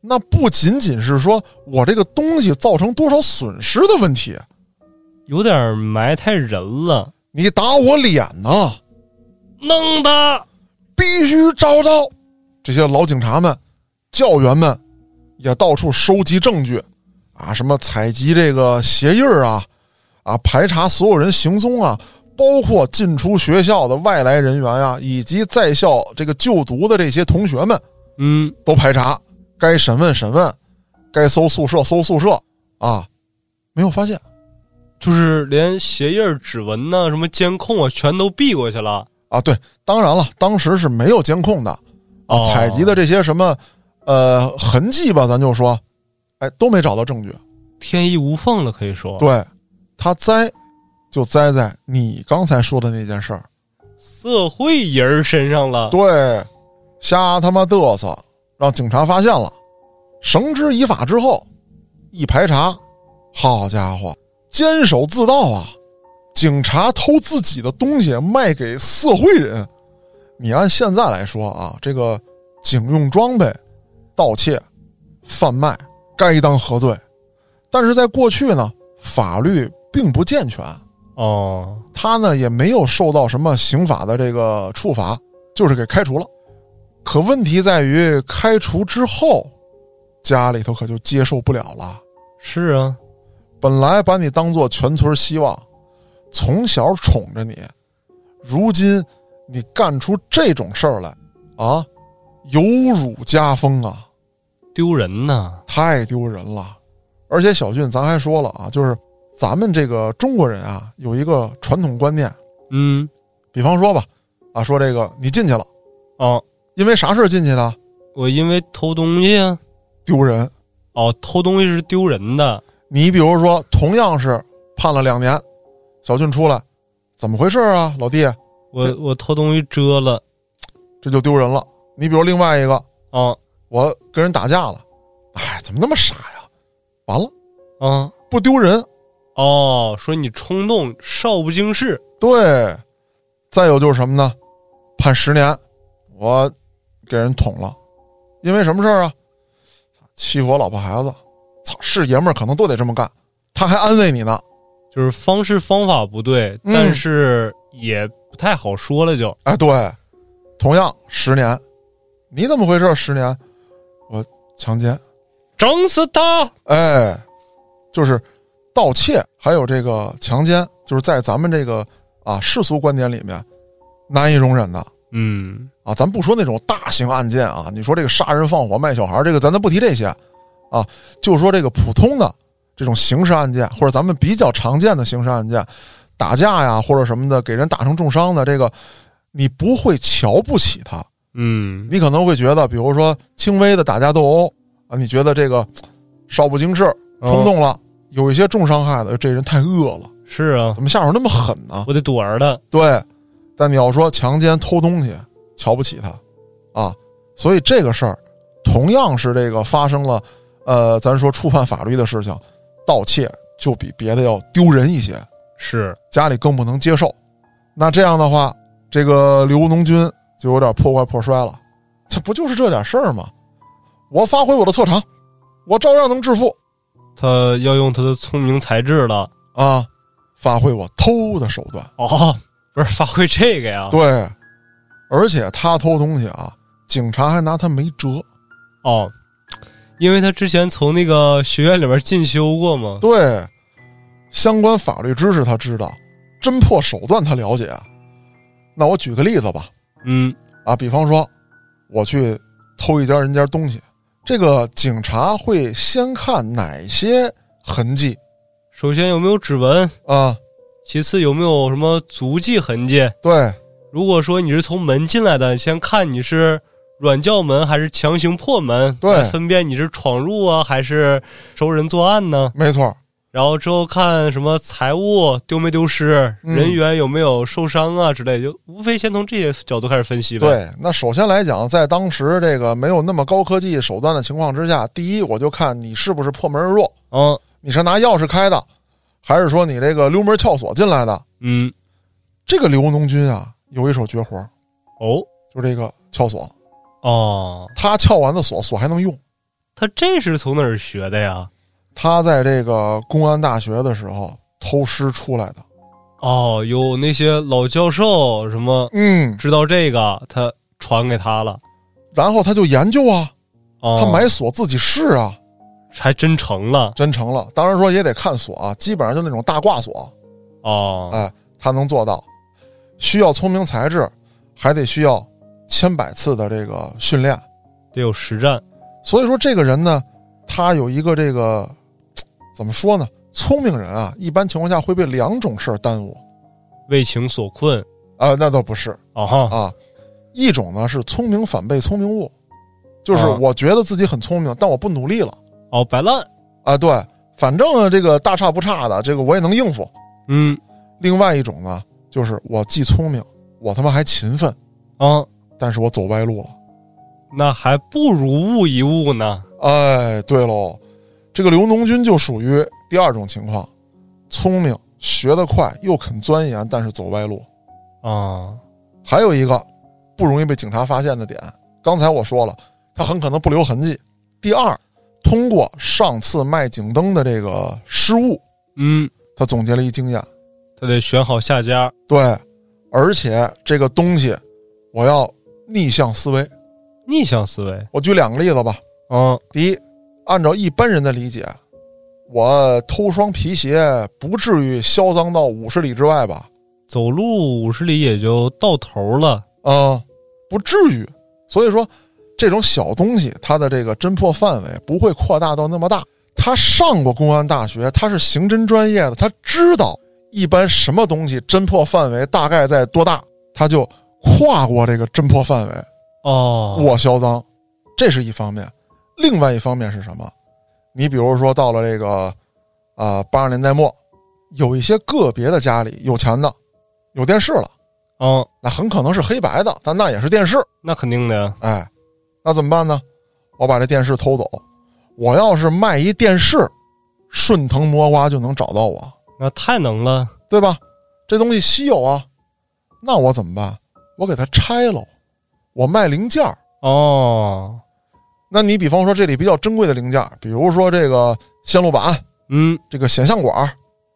[SPEAKER 1] 那不仅仅是说我这个东西造成多少损失的问题，
[SPEAKER 2] 有点埋汰人了，
[SPEAKER 1] 你打我脸呢，
[SPEAKER 2] 弄他！
[SPEAKER 1] 必须招招。这些老警察们、教员们也到处收集证据，啊，什么采集这个鞋印儿啊，啊，排查所有人行踪啊，包括进出学校的外来人员啊，以及在校这个就读的这些同学们
[SPEAKER 2] 嗯，
[SPEAKER 1] 都排查，该审问审问，该搜宿舍搜宿舍啊，没有发现
[SPEAKER 2] 就是连鞋印儿、指纹呐、什么监控啊，全都避过去了。
[SPEAKER 1] 啊。对，当然了，当时是没有监控的。啊，
[SPEAKER 2] 哦
[SPEAKER 1] 采集的这些什么呃痕迹吧，咱就说，哎，都没找到证据。
[SPEAKER 2] 天衣无缝了，可以说。，
[SPEAKER 1] 对，他栽就栽在你刚才说的那件事儿，
[SPEAKER 2] 社会人儿身上了。
[SPEAKER 1] 对，瞎他妈嘚瑟，让警察发现了，绳之以法之后，一排查，好家伙，监守自盗啊！警察偷自己的东西卖给社会人，你按现在来说啊，这个警用装备、盗窃、贩卖，该当何罪？但是在过去呢，法律并不健全，
[SPEAKER 2] 哦，
[SPEAKER 1] 他呢也没有受到什么刑法的这个处罚，就是给开除了。可问题在于，开除之后，家里头可就接受不了了。
[SPEAKER 2] 是啊，
[SPEAKER 1] 本来把你当做全村希望，从小宠着你，如今你干出这种事儿来，啊，有辱家风啊！
[SPEAKER 2] 丢人呐，
[SPEAKER 1] 太丢人了。而且小俊，咱还说了啊，就是咱们这个中国人啊，有一个传统观念，
[SPEAKER 2] 嗯，
[SPEAKER 1] 比方说吧，啊，说这个你进去了，
[SPEAKER 2] 哦，
[SPEAKER 1] 因为啥事儿进去的？
[SPEAKER 2] 我因为偷东西啊，
[SPEAKER 1] 丢人。
[SPEAKER 2] 哦，偷东西是丢人的，
[SPEAKER 1] 你比如说，同样是判了两年，小俊出来，怎么回事儿啊，老弟？
[SPEAKER 2] 我我偷东西遮了，
[SPEAKER 1] 这就丢人了。你比如另外一个，
[SPEAKER 2] 啊
[SPEAKER 1] 我跟人打架了，哎，怎么那么傻呀？完了，
[SPEAKER 2] 啊
[SPEAKER 1] 不丢人。
[SPEAKER 2] 哦，说你冲动，少不经事，
[SPEAKER 1] 对，再有就是什么呢？判十年，我给人捅了，因为什么事儿啊？欺负我老婆孩子，操，是爷们儿可能都得这么干。他还安慰你呢，
[SPEAKER 2] 就是方式方法不对，
[SPEAKER 1] 嗯
[SPEAKER 2] 但是也不太好说了就，
[SPEAKER 1] 哎，对，同样十年，你怎么回事？十年，我强奸，
[SPEAKER 2] 整死他！
[SPEAKER 1] 哎，就是盗窃，还有这个强奸，就是在咱们这个啊世俗观点里面难以容忍的
[SPEAKER 2] 嗯，
[SPEAKER 1] 啊。咱不说那种大型案件啊，你说这个杀人放火、卖小孩儿，这个咱咱不提这些啊，就说这个普通的这种刑事案件，或者咱们比较常见的刑事案件，打架呀或者什么的，给人打成重伤的这个。你不会瞧不起他，
[SPEAKER 2] 嗯，
[SPEAKER 1] 你可能会觉得，比如说轻微的打架斗殴啊，你觉得这个少不经事，
[SPEAKER 2] 哦
[SPEAKER 1] 冲动了，有一些重伤害的，这人太恶了，
[SPEAKER 2] 嗯是啊，
[SPEAKER 1] 怎么下手那么狠呢？
[SPEAKER 2] 我得躲着他。
[SPEAKER 1] 对，但你要说强奸、偷东西，瞧不起他啊，所以这个事儿同样是这个发生了，呃，咱说触犯法律的事情，盗窃就比别的要丢人一些，
[SPEAKER 2] 是，
[SPEAKER 1] 家里更不能接受。那这样的话，这个刘农军就有点破罐破摔了。这不就是这点事儿吗？我发挥我的特长，我照样能致富
[SPEAKER 2] 他要用他的聪明才智了。
[SPEAKER 1] 啊！发挥我偷的手段，
[SPEAKER 2] 哦，不是发挥这个呀？
[SPEAKER 1] 对。而且他偷东西啊，警察还拿他没辙。
[SPEAKER 2] 哦，因为他之前从那个学院里面进修过嘛。
[SPEAKER 1] 对，相关法律知识他知道，侦破手段他了解。啊那我举个例子吧，
[SPEAKER 2] 嗯，
[SPEAKER 1] 啊，比方说我去偷一家人家东西，这个警察会先看哪些痕迹
[SPEAKER 2] 首先有没有指纹？
[SPEAKER 1] 啊？
[SPEAKER 2] 其次有没有什么足迹痕迹？
[SPEAKER 1] 对，
[SPEAKER 2] 如果说你是从门进来的，先看你是软教门还是强行破门，
[SPEAKER 1] 对
[SPEAKER 2] 来分辨你是闯入啊还是熟人作案呢。
[SPEAKER 1] 没错，
[SPEAKER 2] 然后之后看什么财物丢没丢失，
[SPEAKER 1] 嗯
[SPEAKER 2] 人员有没有受伤啊之类，就无非先从这些角度开始分析呗。，
[SPEAKER 1] 对。那首先来讲，在当时这个没有那么高科技手段的情况之下，第一，我就看你是不是破门而入，
[SPEAKER 2] 嗯
[SPEAKER 1] 你是拿钥匙开的，还是说你这个溜门撬锁进来的？
[SPEAKER 2] 嗯，
[SPEAKER 1] 这个刘农军啊，有一手绝活，
[SPEAKER 2] 哦
[SPEAKER 1] 就是这个撬锁，
[SPEAKER 2] 哦，
[SPEAKER 1] 他撬完的锁，锁还能用。
[SPEAKER 2] 他这是从哪儿学的呀？
[SPEAKER 1] 他在这个公安大学的时候偷师出来的，
[SPEAKER 2] 哦，有那些老教授什么
[SPEAKER 1] 嗯，
[SPEAKER 2] 知道这个，他传给他了。
[SPEAKER 1] 然后他就研究啊，
[SPEAKER 2] 哦，
[SPEAKER 1] 他买锁自己试啊，
[SPEAKER 2] 还真成了。
[SPEAKER 1] 真成了。当然说也得看锁啊，基本上就那种大挂锁，
[SPEAKER 2] 哦，
[SPEAKER 1] 哎，他能做到。需要聪明才智，还得需要千百次的这个训练。
[SPEAKER 2] 得有实战。
[SPEAKER 1] 所以说这个人呢，他有一个这个怎么说呢？聪明人啊，一般情况下会被两种事儿耽误
[SPEAKER 2] 为情所困
[SPEAKER 1] 啊、那倒不是
[SPEAKER 2] 啊哈
[SPEAKER 1] 啊。一种呢是聪明反被聪明误，就是
[SPEAKER 2] 啊
[SPEAKER 1] 我觉得自己很聪明，但我不努力了。
[SPEAKER 2] 哦摆烂，
[SPEAKER 1] 啊，对，反正这个大差不差的，这个我也能应付。
[SPEAKER 2] 嗯
[SPEAKER 1] 另外一种呢，就是我既聪明，我他妈还勤奋，
[SPEAKER 2] 啊，
[SPEAKER 1] 但是我走歪路了。
[SPEAKER 2] 那还不如悟一悟呢。
[SPEAKER 1] 哎，对喽，这个刘农军就属于第二种情况，聪明学得快又肯钻研，但是走歪路。
[SPEAKER 2] 啊，
[SPEAKER 1] 还有一个不容易被警察发现的点，刚才我说了，他很可能不留痕迹。第二，通过上次卖警灯的这个失误，
[SPEAKER 2] 嗯，
[SPEAKER 1] 他总结了一经验，
[SPEAKER 2] 他他得选好下家。
[SPEAKER 1] 对，而且这个东西我要逆向思维。
[SPEAKER 2] 逆向思维，
[SPEAKER 1] 我举两个例子吧。
[SPEAKER 2] 嗯，
[SPEAKER 1] 第一，按照一般人的理解，我偷双皮鞋不至于销赃到五十里之外吧？
[SPEAKER 2] 走路五十里也就到头了。
[SPEAKER 1] 啊、不至于。所以说，这种小东西它的这个侦破范围不会扩大到那么大。他上过公安大学，他是刑侦专业的，他知道一般什么东西侦破范围大概在多大，他就跨过这个侦破范围。
[SPEAKER 2] 哦，
[SPEAKER 1] 我销赃，这是一方面。另外一方面是什么？你比如说到了这个，啊八十年代末，有一些个别的家里有钱的，有电视了，
[SPEAKER 2] 嗯，
[SPEAKER 1] 那很可能是黑白的，但那也是电视。
[SPEAKER 2] 那肯定的呀。
[SPEAKER 1] 哎，那怎么办呢？我把这电视偷走，我要是卖一电视，顺藤摸瓜就能找到我，
[SPEAKER 2] 那太能了。
[SPEAKER 1] 对吧？这东西稀有啊，那我怎么办？我给它拆喽，我卖零件儿。
[SPEAKER 2] 哦，
[SPEAKER 1] 那你比方说这里比较珍贵的零件，比如说这个线路板、
[SPEAKER 2] 嗯，
[SPEAKER 1] 这个显像管，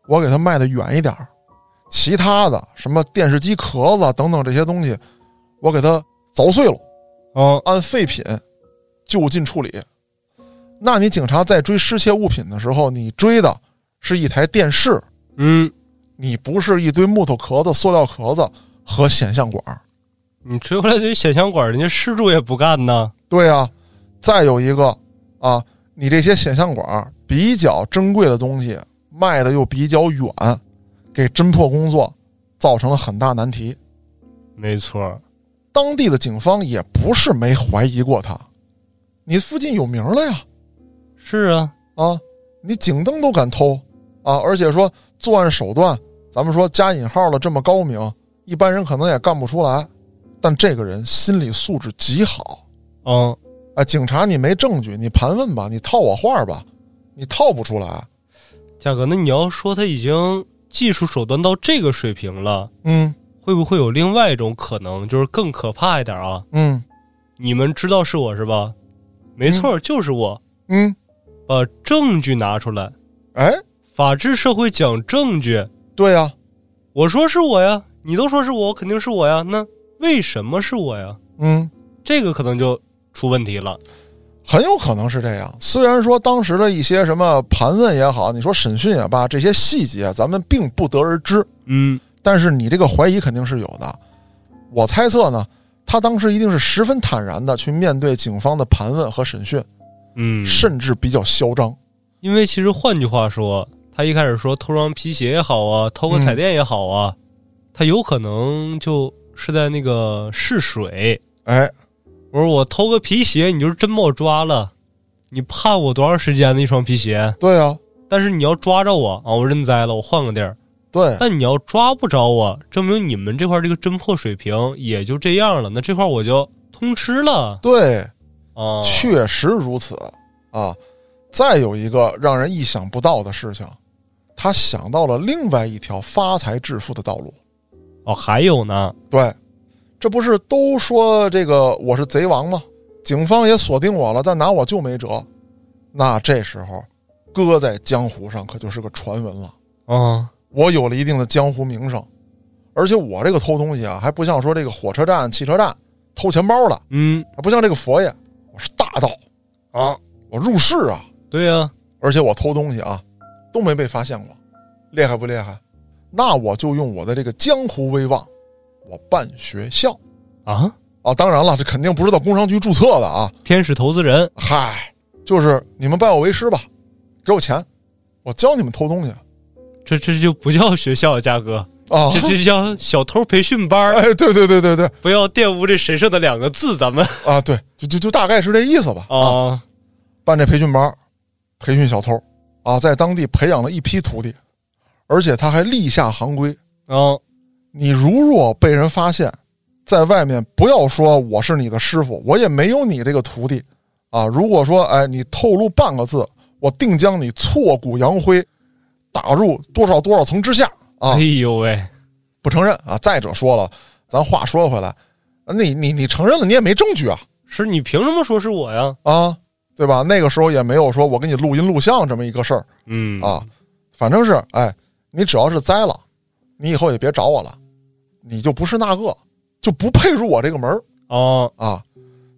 [SPEAKER 1] 我给它卖的远一点儿；其他的什么电视机壳子等等这些东西，我给它凿碎了，
[SPEAKER 2] 哦，
[SPEAKER 1] 按废品就近处理。那你警察在追失窃物品的时候，你追的是一台电视，
[SPEAKER 2] 嗯，
[SPEAKER 1] 你不是一堆木头壳子、塑料壳子和显像管。
[SPEAKER 2] 你追回来这显像管，人家失主也不干呢。
[SPEAKER 1] 对啊，再有一个啊，你这些显像管儿比较珍贵的东西卖的又比较远，给侦破工作造成了很大难题。
[SPEAKER 2] 没错，
[SPEAKER 1] 当地的警方也不是没怀疑过他，你附近有名儿了呀，
[SPEAKER 2] 是啊，
[SPEAKER 1] 啊，你警灯都敢偷啊，而且说作案手段，咱们说加引号了这么高明，一般人可能也干不出来，但这个人心理素质极好，
[SPEAKER 2] 嗯，
[SPEAKER 1] 啊，警察你没证据，你盘问吧，你套我话吧，你套不出来。
[SPEAKER 2] 价格，那你要说他已经技术手段到这个水平了，
[SPEAKER 1] 嗯
[SPEAKER 2] 会不会有另外一种可能，就是更可怕一点啊？
[SPEAKER 1] 嗯
[SPEAKER 2] 你们知道是我是吧？没错，就是我，
[SPEAKER 1] 嗯，
[SPEAKER 2] 把证据拿出来。
[SPEAKER 1] 哎，
[SPEAKER 2] 法治社会讲证据，
[SPEAKER 1] 对啊呀、
[SPEAKER 2] 我说是我呀，你都说是我，肯定是我呀。那为什么是我呀？
[SPEAKER 1] 嗯，
[SPEAKER 2] 这个可能就出问题了。
[SPEAKER 1] 很有可能是这样。虽然说当时的一些什么盘问也好，你说审讯也罢，这些细节咱们并不得而知，
[SPEAKER 2] 嗯，
[SPEAKER 1] 但是你这个怀疑肯定是有的。我猜测呢，他当时一定是十分坦然的去面对警方的盘问和审讯，
[SPEAKER 2] 嗯，
[SPEAKER 1] 甚至比较嚣张。
[SPEAKER 2] 因为其实换句话说，他一开始说偷双皮鞋也好啊，偷个
[SPEAKER 1] 嗯
[SPEAKER 2] 彩电也好啊，他有可能就是在那个试水。
[SPEAKER 1] 哎，
[SPEAKER 2] 我说我偷个皮鞋，你就是真把我抓了，你判我多长时间的一双皮鞋？
[SPEAKER 1] 对啊，
[SPEAKER 2] 但是你要抓着我啊，我认栽了，我换个地儿。
[SPEAKER 1] 对，
[SPEAKER 2] 但你要抓不着我，证明你们这块这个侦破水平也就这样了。那这块我就通吃了
[SPEAKER 1] 对。
[SPEAKER 2] 啊！
[SPEAKER 1] 确实如此啊！再有一个让人意想不到的事情，他想到了另外一条发财致富的道路。
[SPEAKER 2] 哦，还有呢，
[SPEAKER 1] 对，这不是都说这个我是贼王吗？警方也锁定我了，但拿我就没辙。那这时候，搁在江湖上可就是个传闻了。
[SPEAKER 2] 啊，
[SPEAKER 1] 我有了一定的江湖名声，而且我这个偷东西啊，还不像说这个火车站、汽车站偷钱包的，
[SPEAKER 2] 嗯
[SPEAKER 1] 还不像这个佛爷，我是大盗，
[SPEAKER 2] 啊，
[SPEAKER 1] 我入室啊。
[SPEAKER 2] 对呀、
[SPEAKER 1] 而且我偷东西啊，都没被发现过，厉害不厉害？那我就用我的这个江湖威望，我办学校
[SPEAKER 2] 啊，
[SPEAKER 1] 啊。当然了，这肯定不是到工商局注册的啊。
[SPEAKER 2] 天使投资人，
[SPEAKER 1] 嗨，就是你们拜我为师吧，给我钱，我教你们偷东西
[SPEAKER 2] 这这就不叫学校，嘉哥，
[SPEAKER 1] 啊
[SPEAKER 2] 这。这叫小偷培训班儿，
[SPEAKER 1] [laughs] 哎，对对对对对
[SPEAKER 2] 不要玷污这神圣的两个字，咱们
[SPEAKER 1] 啊，对，就就就大概是这意思吧。啊，
[SPEAKER 2] 啊，
[SPEAKER 1] 办这培训班儿，培训小偷啊，在当地培养了一批徒弟，而且他还立下行规，
[SPEAKER 2] 啊，
[SPEAKER 1] 你如若被人发现，在外面不要说我是你的师傅，我也没有你这个徒弟啊。如果说哎你透露半个字，我定将你挫骨扬灰，打入多少多少层之下啊
[SPEAKER 2] 哎！呦喂，
[SPEAKER 1] 不承认啊！再者说了，咱话说回来，你你你承认了，你也没证据啊
[SPEAKER 2] 是你凭什么说是我呀？
[SPEAKER 1] 啊，对吧？那个时候也没有说我给你录音录像这么一个事儿
[SPEAKER 2] 嗯
[SPEAKER 1] 啊，反正是哎，你只要是栽了，你以后也别找我了，你就不是那个，就不配入我这个门儿
[SPEAKER 2] 哦，
[SPEAKER 1] 啊。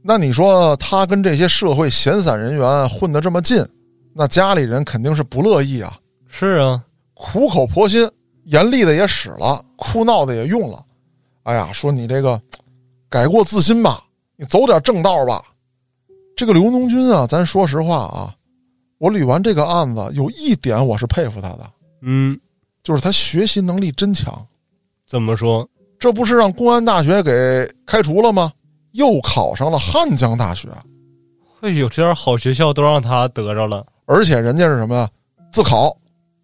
[SPEAKER 1] 那你说他跟这些社会闲散人员混得这么近，那家里人肯定是不乐意啊，
[SPEAKER 2] 是啊，
[SPEAKER 1] 苦口婆心，严厉的也使了，哭闹的也用了。哎呀，说你这个改过自新吧，你走点正道吧。这个刘农军啊，咱说实话啊，我捋完这个案子，有一点我是佩服他的，
[SPEAKER 2] 嗯，
[SPEAKER 1] 就是他学习能力真强。
[SPEAKER 2] 怎么说？
[SPEAKER 1] 这不是让公安大学给开除了吗？又考上了汉江大学，
[SPEAKER 2] 哎呦，这点好学校都让他得着了
[SPEAKER 1] 而且人家是什么呀？自考，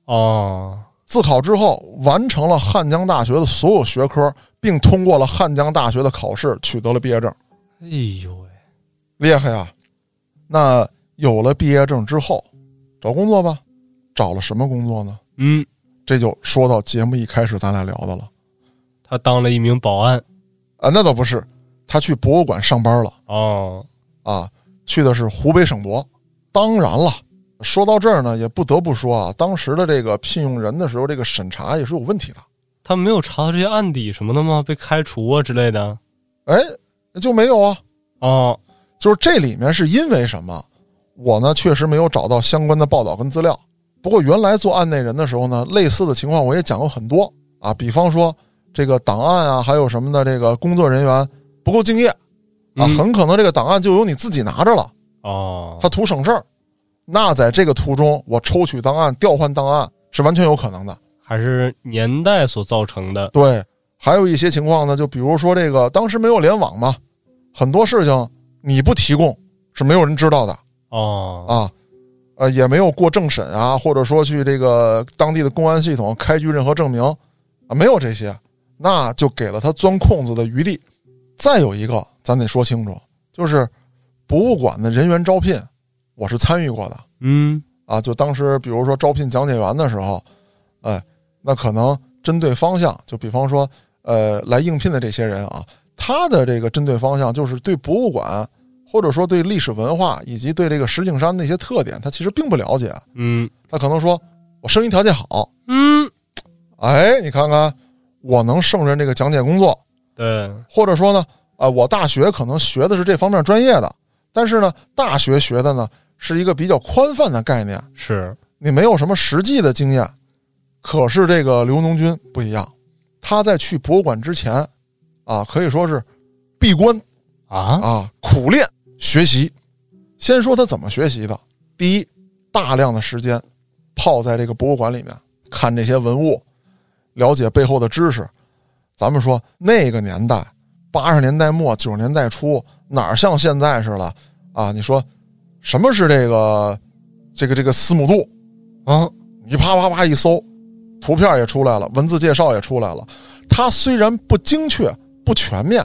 [SPEAKER 2] 哦，
[SPEAKER 1] 自考之后完成了汉江大学的所有学科，并通过了汉江大学的考试，取得了毕业证，
[SPEAKER 2] 哎呦喂，
[SPEAKER 1] 厉害呀！那有了毕业证之后，找工作吧，找了什么工作呢？
[SPEAKER 2] 嗯，
[SPEAKER 1] 这就说到节目一开始咱俩聊的了
[SPEAKER 2] 他当了一名保安
[SPEAKER 1] 啊，那倒不是，他去博物馆上班了
[SPEAKER 2] 哦，
[SPEAKER 1] 啊，去的是湖北省博。当然了，说到这儿呢，也不得不说啊，当时的这个聘用人的时候，这个审查也是有问题的。
[SPEAKER 2] 他没有查到这些案底什么的吗？被开除啊之类的
[SPEAKER 1] 哎，就没有啊，
[SPEAKER 2] 哦，
[SPEAKER 1] 就是这里面是因为什么？我呢确实没有找到相关的报道跟资料。不过原来做案内人的时候呢，类似的情况我也讲过很多啊，比方说这个档案啊，还有什么的，这个工作人员不够敬业啊，
[SPEAKER 2] 嗯
[SPEAKER 1] 很可能这个档案就由你自己拿着了，
[SPEAKER 2] 哦，
[SPEAKER 1] 他图省事儿。那在这个途中，我抽取档案、调换档案是完全有可能的。
[SPEAKER 2] 还是年代所造成的，
[SPEAKER 1] 对，还有一些情况呢，就比如说这个当时没有联网嘛，很多事情你不提供是没有人知道的。
[SPEAKER 2] 哦，
[SPEAKER 1] 啊，呃，也没有过政审啊，或者说去这个当地的公安系统开具任何证明啊，没有这些，那就给了他钻空子的余地。再有一个，咱得说清楚，就是博物馆的人员招聘，我是参与过的
[SPEAKER 2] 嗯，
[SPEAKER 1] 啊。就当时比如说招聘讲解员的时候，哎，那可能针对方向，就比方说，呃，来应聘的这些人啊，他的这个针对方向就是对博物馆，或者说对历史文化以及对这个石景山的一些特点，他其实并不了解。
[SPEAKER 2] 嗯，
[SPEAKER 1] 他可能说，我声音条件好，
[SPEAKER 2] 嗯，
[SPEAKER 1] 哎，你看看，我能胜任这个讲解工作，
[SPEAKER 2] 对，
[SPEAKER 1] 或者说呢，啊、我大学可能学的是这方面专业的，但是呢，大学学的呢是一个比较宽泛的概念，
[SPEAKER 2] 是，
[SPEAKER 1] 你没有什么实际的经验。可是这个刘农军不一样，他在去博物馆之前，啊，可以说是闭关
[SPEAKER 2] 啊，
[SPEAKER 1] 啊，苦练学习。先说他怎么学习的，第一，大量的时间泡在这个博物馆里面，看这些文物，了解背后的知识。咱们说那个年代，八十年代末九十年代初，哪儿像现在似的啊？你说什么是这个这个这个司母度？
[SPEAKER 2] 哦，
[SPEAKER 1] 你啪啪啪一搜，图片也出来了，文字介绍也出来了。它虽然不精确、不全面，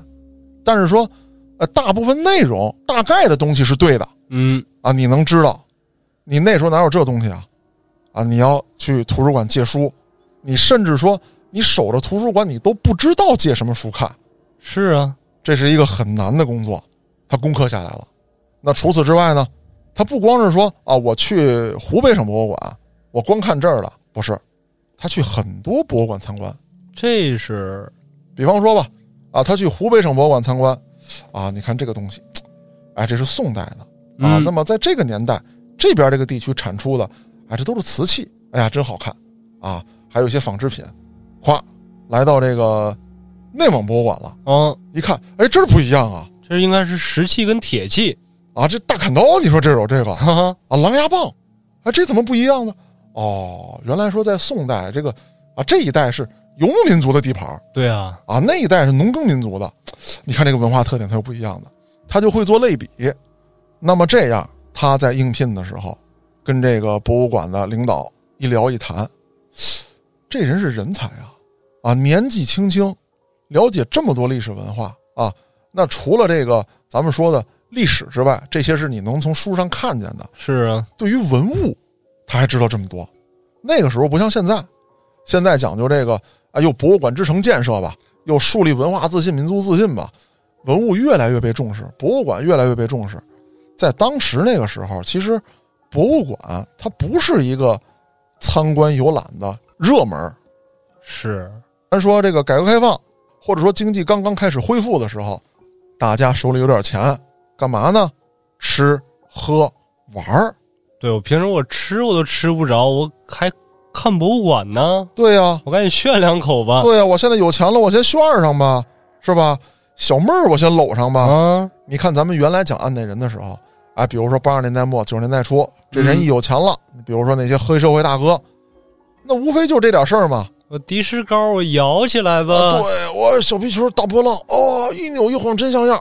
[SPEAKER 1] 但是说，呃，大部分内容、大概的东西是对的
[SPEAKER 2] 嗯，
[SPEAKER 1] 啊，你能知道。你那时候哪有这东西啊？啊，你要去图书馆借书，你甚至说你守着图书馆，你都不知道借什么书看，
[SPEAKER 2] 是啊，
[SPEAKER 1] 这是一个很难的工作。他攻克下来了。那除此之外呢？他不光是说啊，我去湖北省博物馆，我光看这儿了，不是，他去很多博物馆参观。
[SPEAKER 2] 这是，
[SPEAKER 1] 比方说吧，啊，他去湖北省博物馆参观，啊，你看这个东西，哎，这是宋代的啊。
[SPEAKER 2] 嗯
[SPEAKER 1] 那么在这个年代，这边这个地区产出的，哎，这都是瓷器，哎呀，真好看啊。还有一些纺织品，咵，来到这个内蒙博物馆了，
[SPEAKER 2] 哦，
[SPEAKER 1] 一看，哎，这儿不一样啊，
[SPEAKER 2] 这应该是石器跟铁器， [laughs]
[SPEAKER 1] 啊，这大砍刀，你说这有这个，
[SPEAKER 2] 哈哈，
[SPEAKER 1] 啊，狼牙棒，啊，这怎么不一样呢？哦，原来说在宋代这个啊这一带是游牧民族的地盘儿
[SPEAKER 2] 对啊，
[SPEAKER 1] 啊，那一带是农耕民族的。你看这个文化特点，它又不一样的，他就会做类比。那么这样，他在应聘的时候，跟这个博物馆的领导一聊一谈，这人是人才啊！啊，年纪轻轻，了解这么多历史文化啊。那除了这个咱们说的历史之外，这些是你能从书上看见的。
[SPEAKER 2] 是啊，
[SPEAKER 1] 对于文物，他还知道这么多。那个时候不像现在，现在讲究这个啊，又博物馆之城建设吧，又树立文化自信、民族自信吧，文物越来越被重视，博物馆越来越被重视。在当时那个时候，其实博物馆它不是一个参观游览的热门儿，
[SPEAKER 2] 是，
[SPEAKER 1] 咱说这个改革开放，或者说经济刚刚开始恢复的时候，大家手里有点钱，干嘛呢？吃喝玩儿。
[SPEAKER 2] 对我平时我吃我都吃不着，我还看博物馆呢，
[SPEAKER 1] 对啊呀、
[SPEAKER 2] 我赶紧炫两口吧。
[SPEAKER 1] 对呀、啊我现在有钱了，我先炫上吧，是吧？小妹儿，我先搂上吧。
[SPEAKER 2] 啊，
[SPEAKER 1] 你看咱们原来讲案内人的时候，啊，比如说八十年代末九十年代初，这
[SPEAKER 2] 嗯
[SPEAKER 1] 人一有钱了，比如说那些黑社会大哥，那无非就这点事儿嘛。
[SPEAKER 2] 我迪士高我摇起来吧。
[SPEAKER 1] 啊，对我小皮球大波浪，哦，一扭一晃真像样。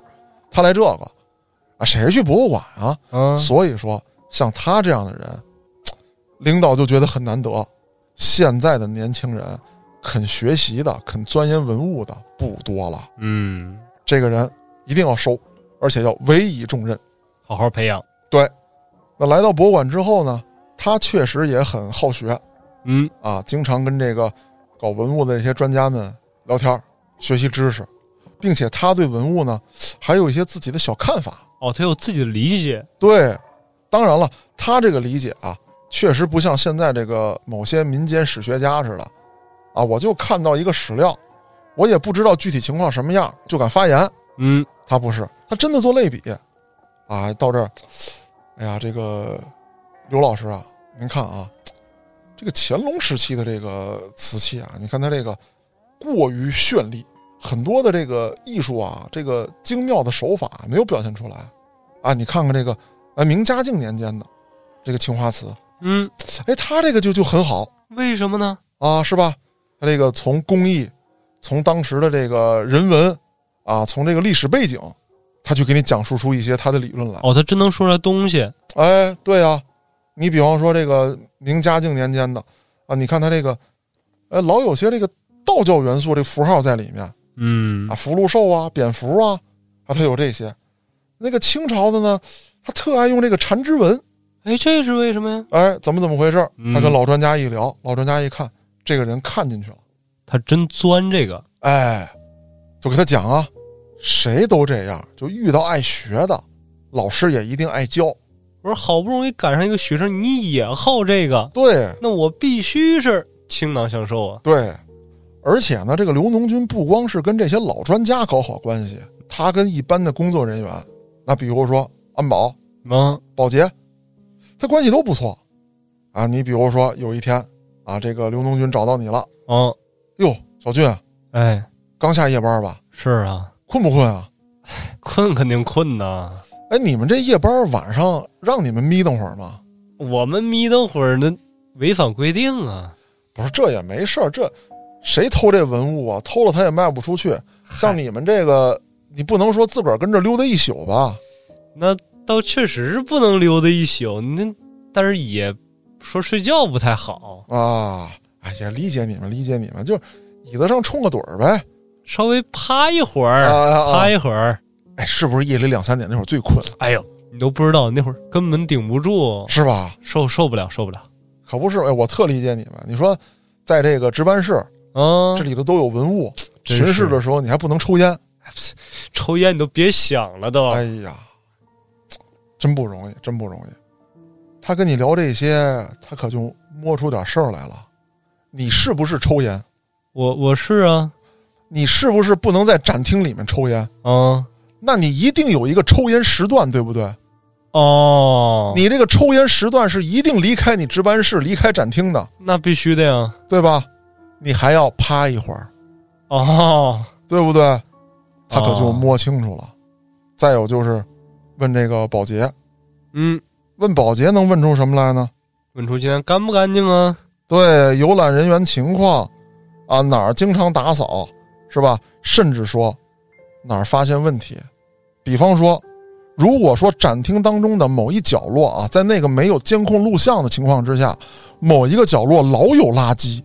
[SPEAKER 1] 他来这个，啊，谁去博物馆啊？
[SPEAKER 2] 嗯、
[SPEAKER 1] 所以说，像他这样的人，领导就觉得很难得。现在的年轻人肯学习的、肯钻研文物的不多了，
[SPEAKER 2] 嗯，
[SPEAKER 1] 这个人一定要收，而且要委以重任。
[SPEAKER 2] 好好培养。
[SPEAKER 1] 那来到博物馆之后呢，他确实也很好学
[SPEAKER 2] 嗯，
[SPEAKER 1] 啊，经常跟这个搞文物的这些专家们聊天儿，学习知识，并且他对文物呢还有一些自己的小看法。
[SPEAKER 2] 哦，他有自己的理解。
[SPEAKER 1] 对，当然了，他这个理解啊，确实不像现在这个某些民间史学家似的啊，我就看到一个史料，我也不知道具体情况什么样，就敢发言。
[SPEAKER 2] 嗯，
[SPEAKER 1] 他不是，他真的做类比，啊，到这儿，哎呀，这个刘老师啊，您看啊，这个乾隆时期的这个瓷器啊，你看它这个过于绚丽，很多的这个艺术啊，这个精妙的手法没有表现出来，啊，你看看这个，啊，明嘉靖年间的这个青花瓷，
[SPEAKER 2] 嗯，
[SPEAKER 1] 哎，它这个就就很好，
[SPEAKER 2] 为什么呢？
[SPEAKER 1] 啊，是吧？它这个从工艺，从当时的这个人文啊，从这个历史背景，他去给你讲述出一些他的理论来。
[SPEAKER 2] 哦，他真能说出来东西。
[SPEAKER 1] 哎，对啊，你比方说这个明嘉靖年间的啊，你看它这个，呃，老有些这个道教元素这符号在里面
[SPEAKER 2] 嗯
[SPEAKER 1] 啊，福禄寿啊，蝙蝠啊，啊，它有这些。那个清朝的呢，他特爱用这个缠枝纹，
[SPEAKER 2] 哎，这是为什么呀？
[SPEAKER 1] 哎，怎么怎么回事儿？他跟
[SPEAKER 2] 嗯
[SPEAKER 1] 老专家一聊，老专家一看，这个人看进去了。
[SPEAKER 2] 他真钻这个。
[SPEAKER 1] 哎，就给他讲啊，谁都这样，就遇到爱学的，老师也一定爱教。
[SPEAKER 2] 我说好不容易赶上一个学生，你也好这个，
[SPEAKER 1] 对
[SPEAKER 2] 那我必须是倾囊相授啊。
[SPEAKER 1] 对，而且呢，这个刘农军不光是跟这些老专家搞好关系，他跟一般的工作人员，那比如说安保、
[SPEAKER 2] 嗯，
[SPEAKER 1] 保洁，他关系都不错啊。你比如说有一天啊，这个刘农军找到你了，
[SPEAKER 2] 哦，
[SPEAKER 1] 哟，小俊啊，
[SPEAKER 2] 哎，
[SPEAKER 1] 刚下夜班吧？
[SPEAKER 2] 是啊，
[SPEAKER 1] 困不困啊？
[SPEAKER 2] 困肯定困呐。
[SPEAKER 1] 哎，你们这夜班晚上让你们眯瞪会儿吗？
[SPEAKER 2] 我们眯瞪会儿，那违反规定啊。
[SPEAKER 1] 不是，这也没事儿，这谁偷这文物啊？偷了他也卖不出去。像你们这个，你不能说自个儿跟这溜达一宿吧？
[SPEAKER 2] 那倒确实是不能溜达一宿，那但是也说睡觉不太好，
[SPEAKER 1] 啊，哎呀，理解你们，理解你们，就是椅子上冲个盹儿呗。
[SPEAKER 2] 稍微趴一会儿，
[SPEAKER 1] 啊啊
[SPEAKER 2] 趴
[SPEAKER 1] 啊！
[SPEAKER 2] 一会儿，
[SPEAKER 1] 哎，是不是夜里两三点那会儿最困，
[SPEAKER 2] 哎呦，你都不知道那会儿根本顶不住，
[SPEAKER 1] 是吧？
[SPEAKER 2] 受受不了，受不了。
[SPEAKER 1] 可不是，哎，我特理解你们。你说，在这个值班室，
[SPEAKER 2] 啊
[SPEAKER 1] 这，里头都有文物，
[SPEAKER 2] 真
[SPEAKER 1] 巡
[SPEAKER 2] 是
[SPEAKER 1] 视的时候你还不能抽烟，
[SPEAKER 2] 抽烟你都别想了都。
[SPEAKER 1] 哎呀，真不容易，真不容易。他跟你聊这些，他可就摸出点事儿来了。你是不是抽烟？
[SPEAKER 2] 我我是啊，
[SPEAKER 1] 你是不是不能在展厅里面抽烟？
[SPEAKER 2] 啊
[SPEAKER 1] 那你一定有一个抽烟时段，对不对？
[SPEAKER 2] 哦，
[SPEAKER 1] 你这个抽烟时段是一定离开你值班室、离开展厅的，
[SPEAKER 2] 那必须的呀。
[SPEAKER 1] 对吧？你还要趴一会儿，
[SPEAKER 2] 哦，
[SPEAKER 1] 对不对？他可就
[SPEAKER 2] 哦
[SPEAKER 1] 摸清楚了。再有就是问这个保洁，
[SPEAKER 2] 嗯，
[SPEAKER 1] 问保洁能问出什么来呢？
[SPEAKER 2] 问出今天干不干净啊？
[SPEAKER 1] 对游览人员情况啊，哪儿经常打扫是吧？甚至说哪儿发现问题，比方说，如果说展厅当中的某一角落啊，在那个没有监控录像的情况之下，某一个角落老有垃圾，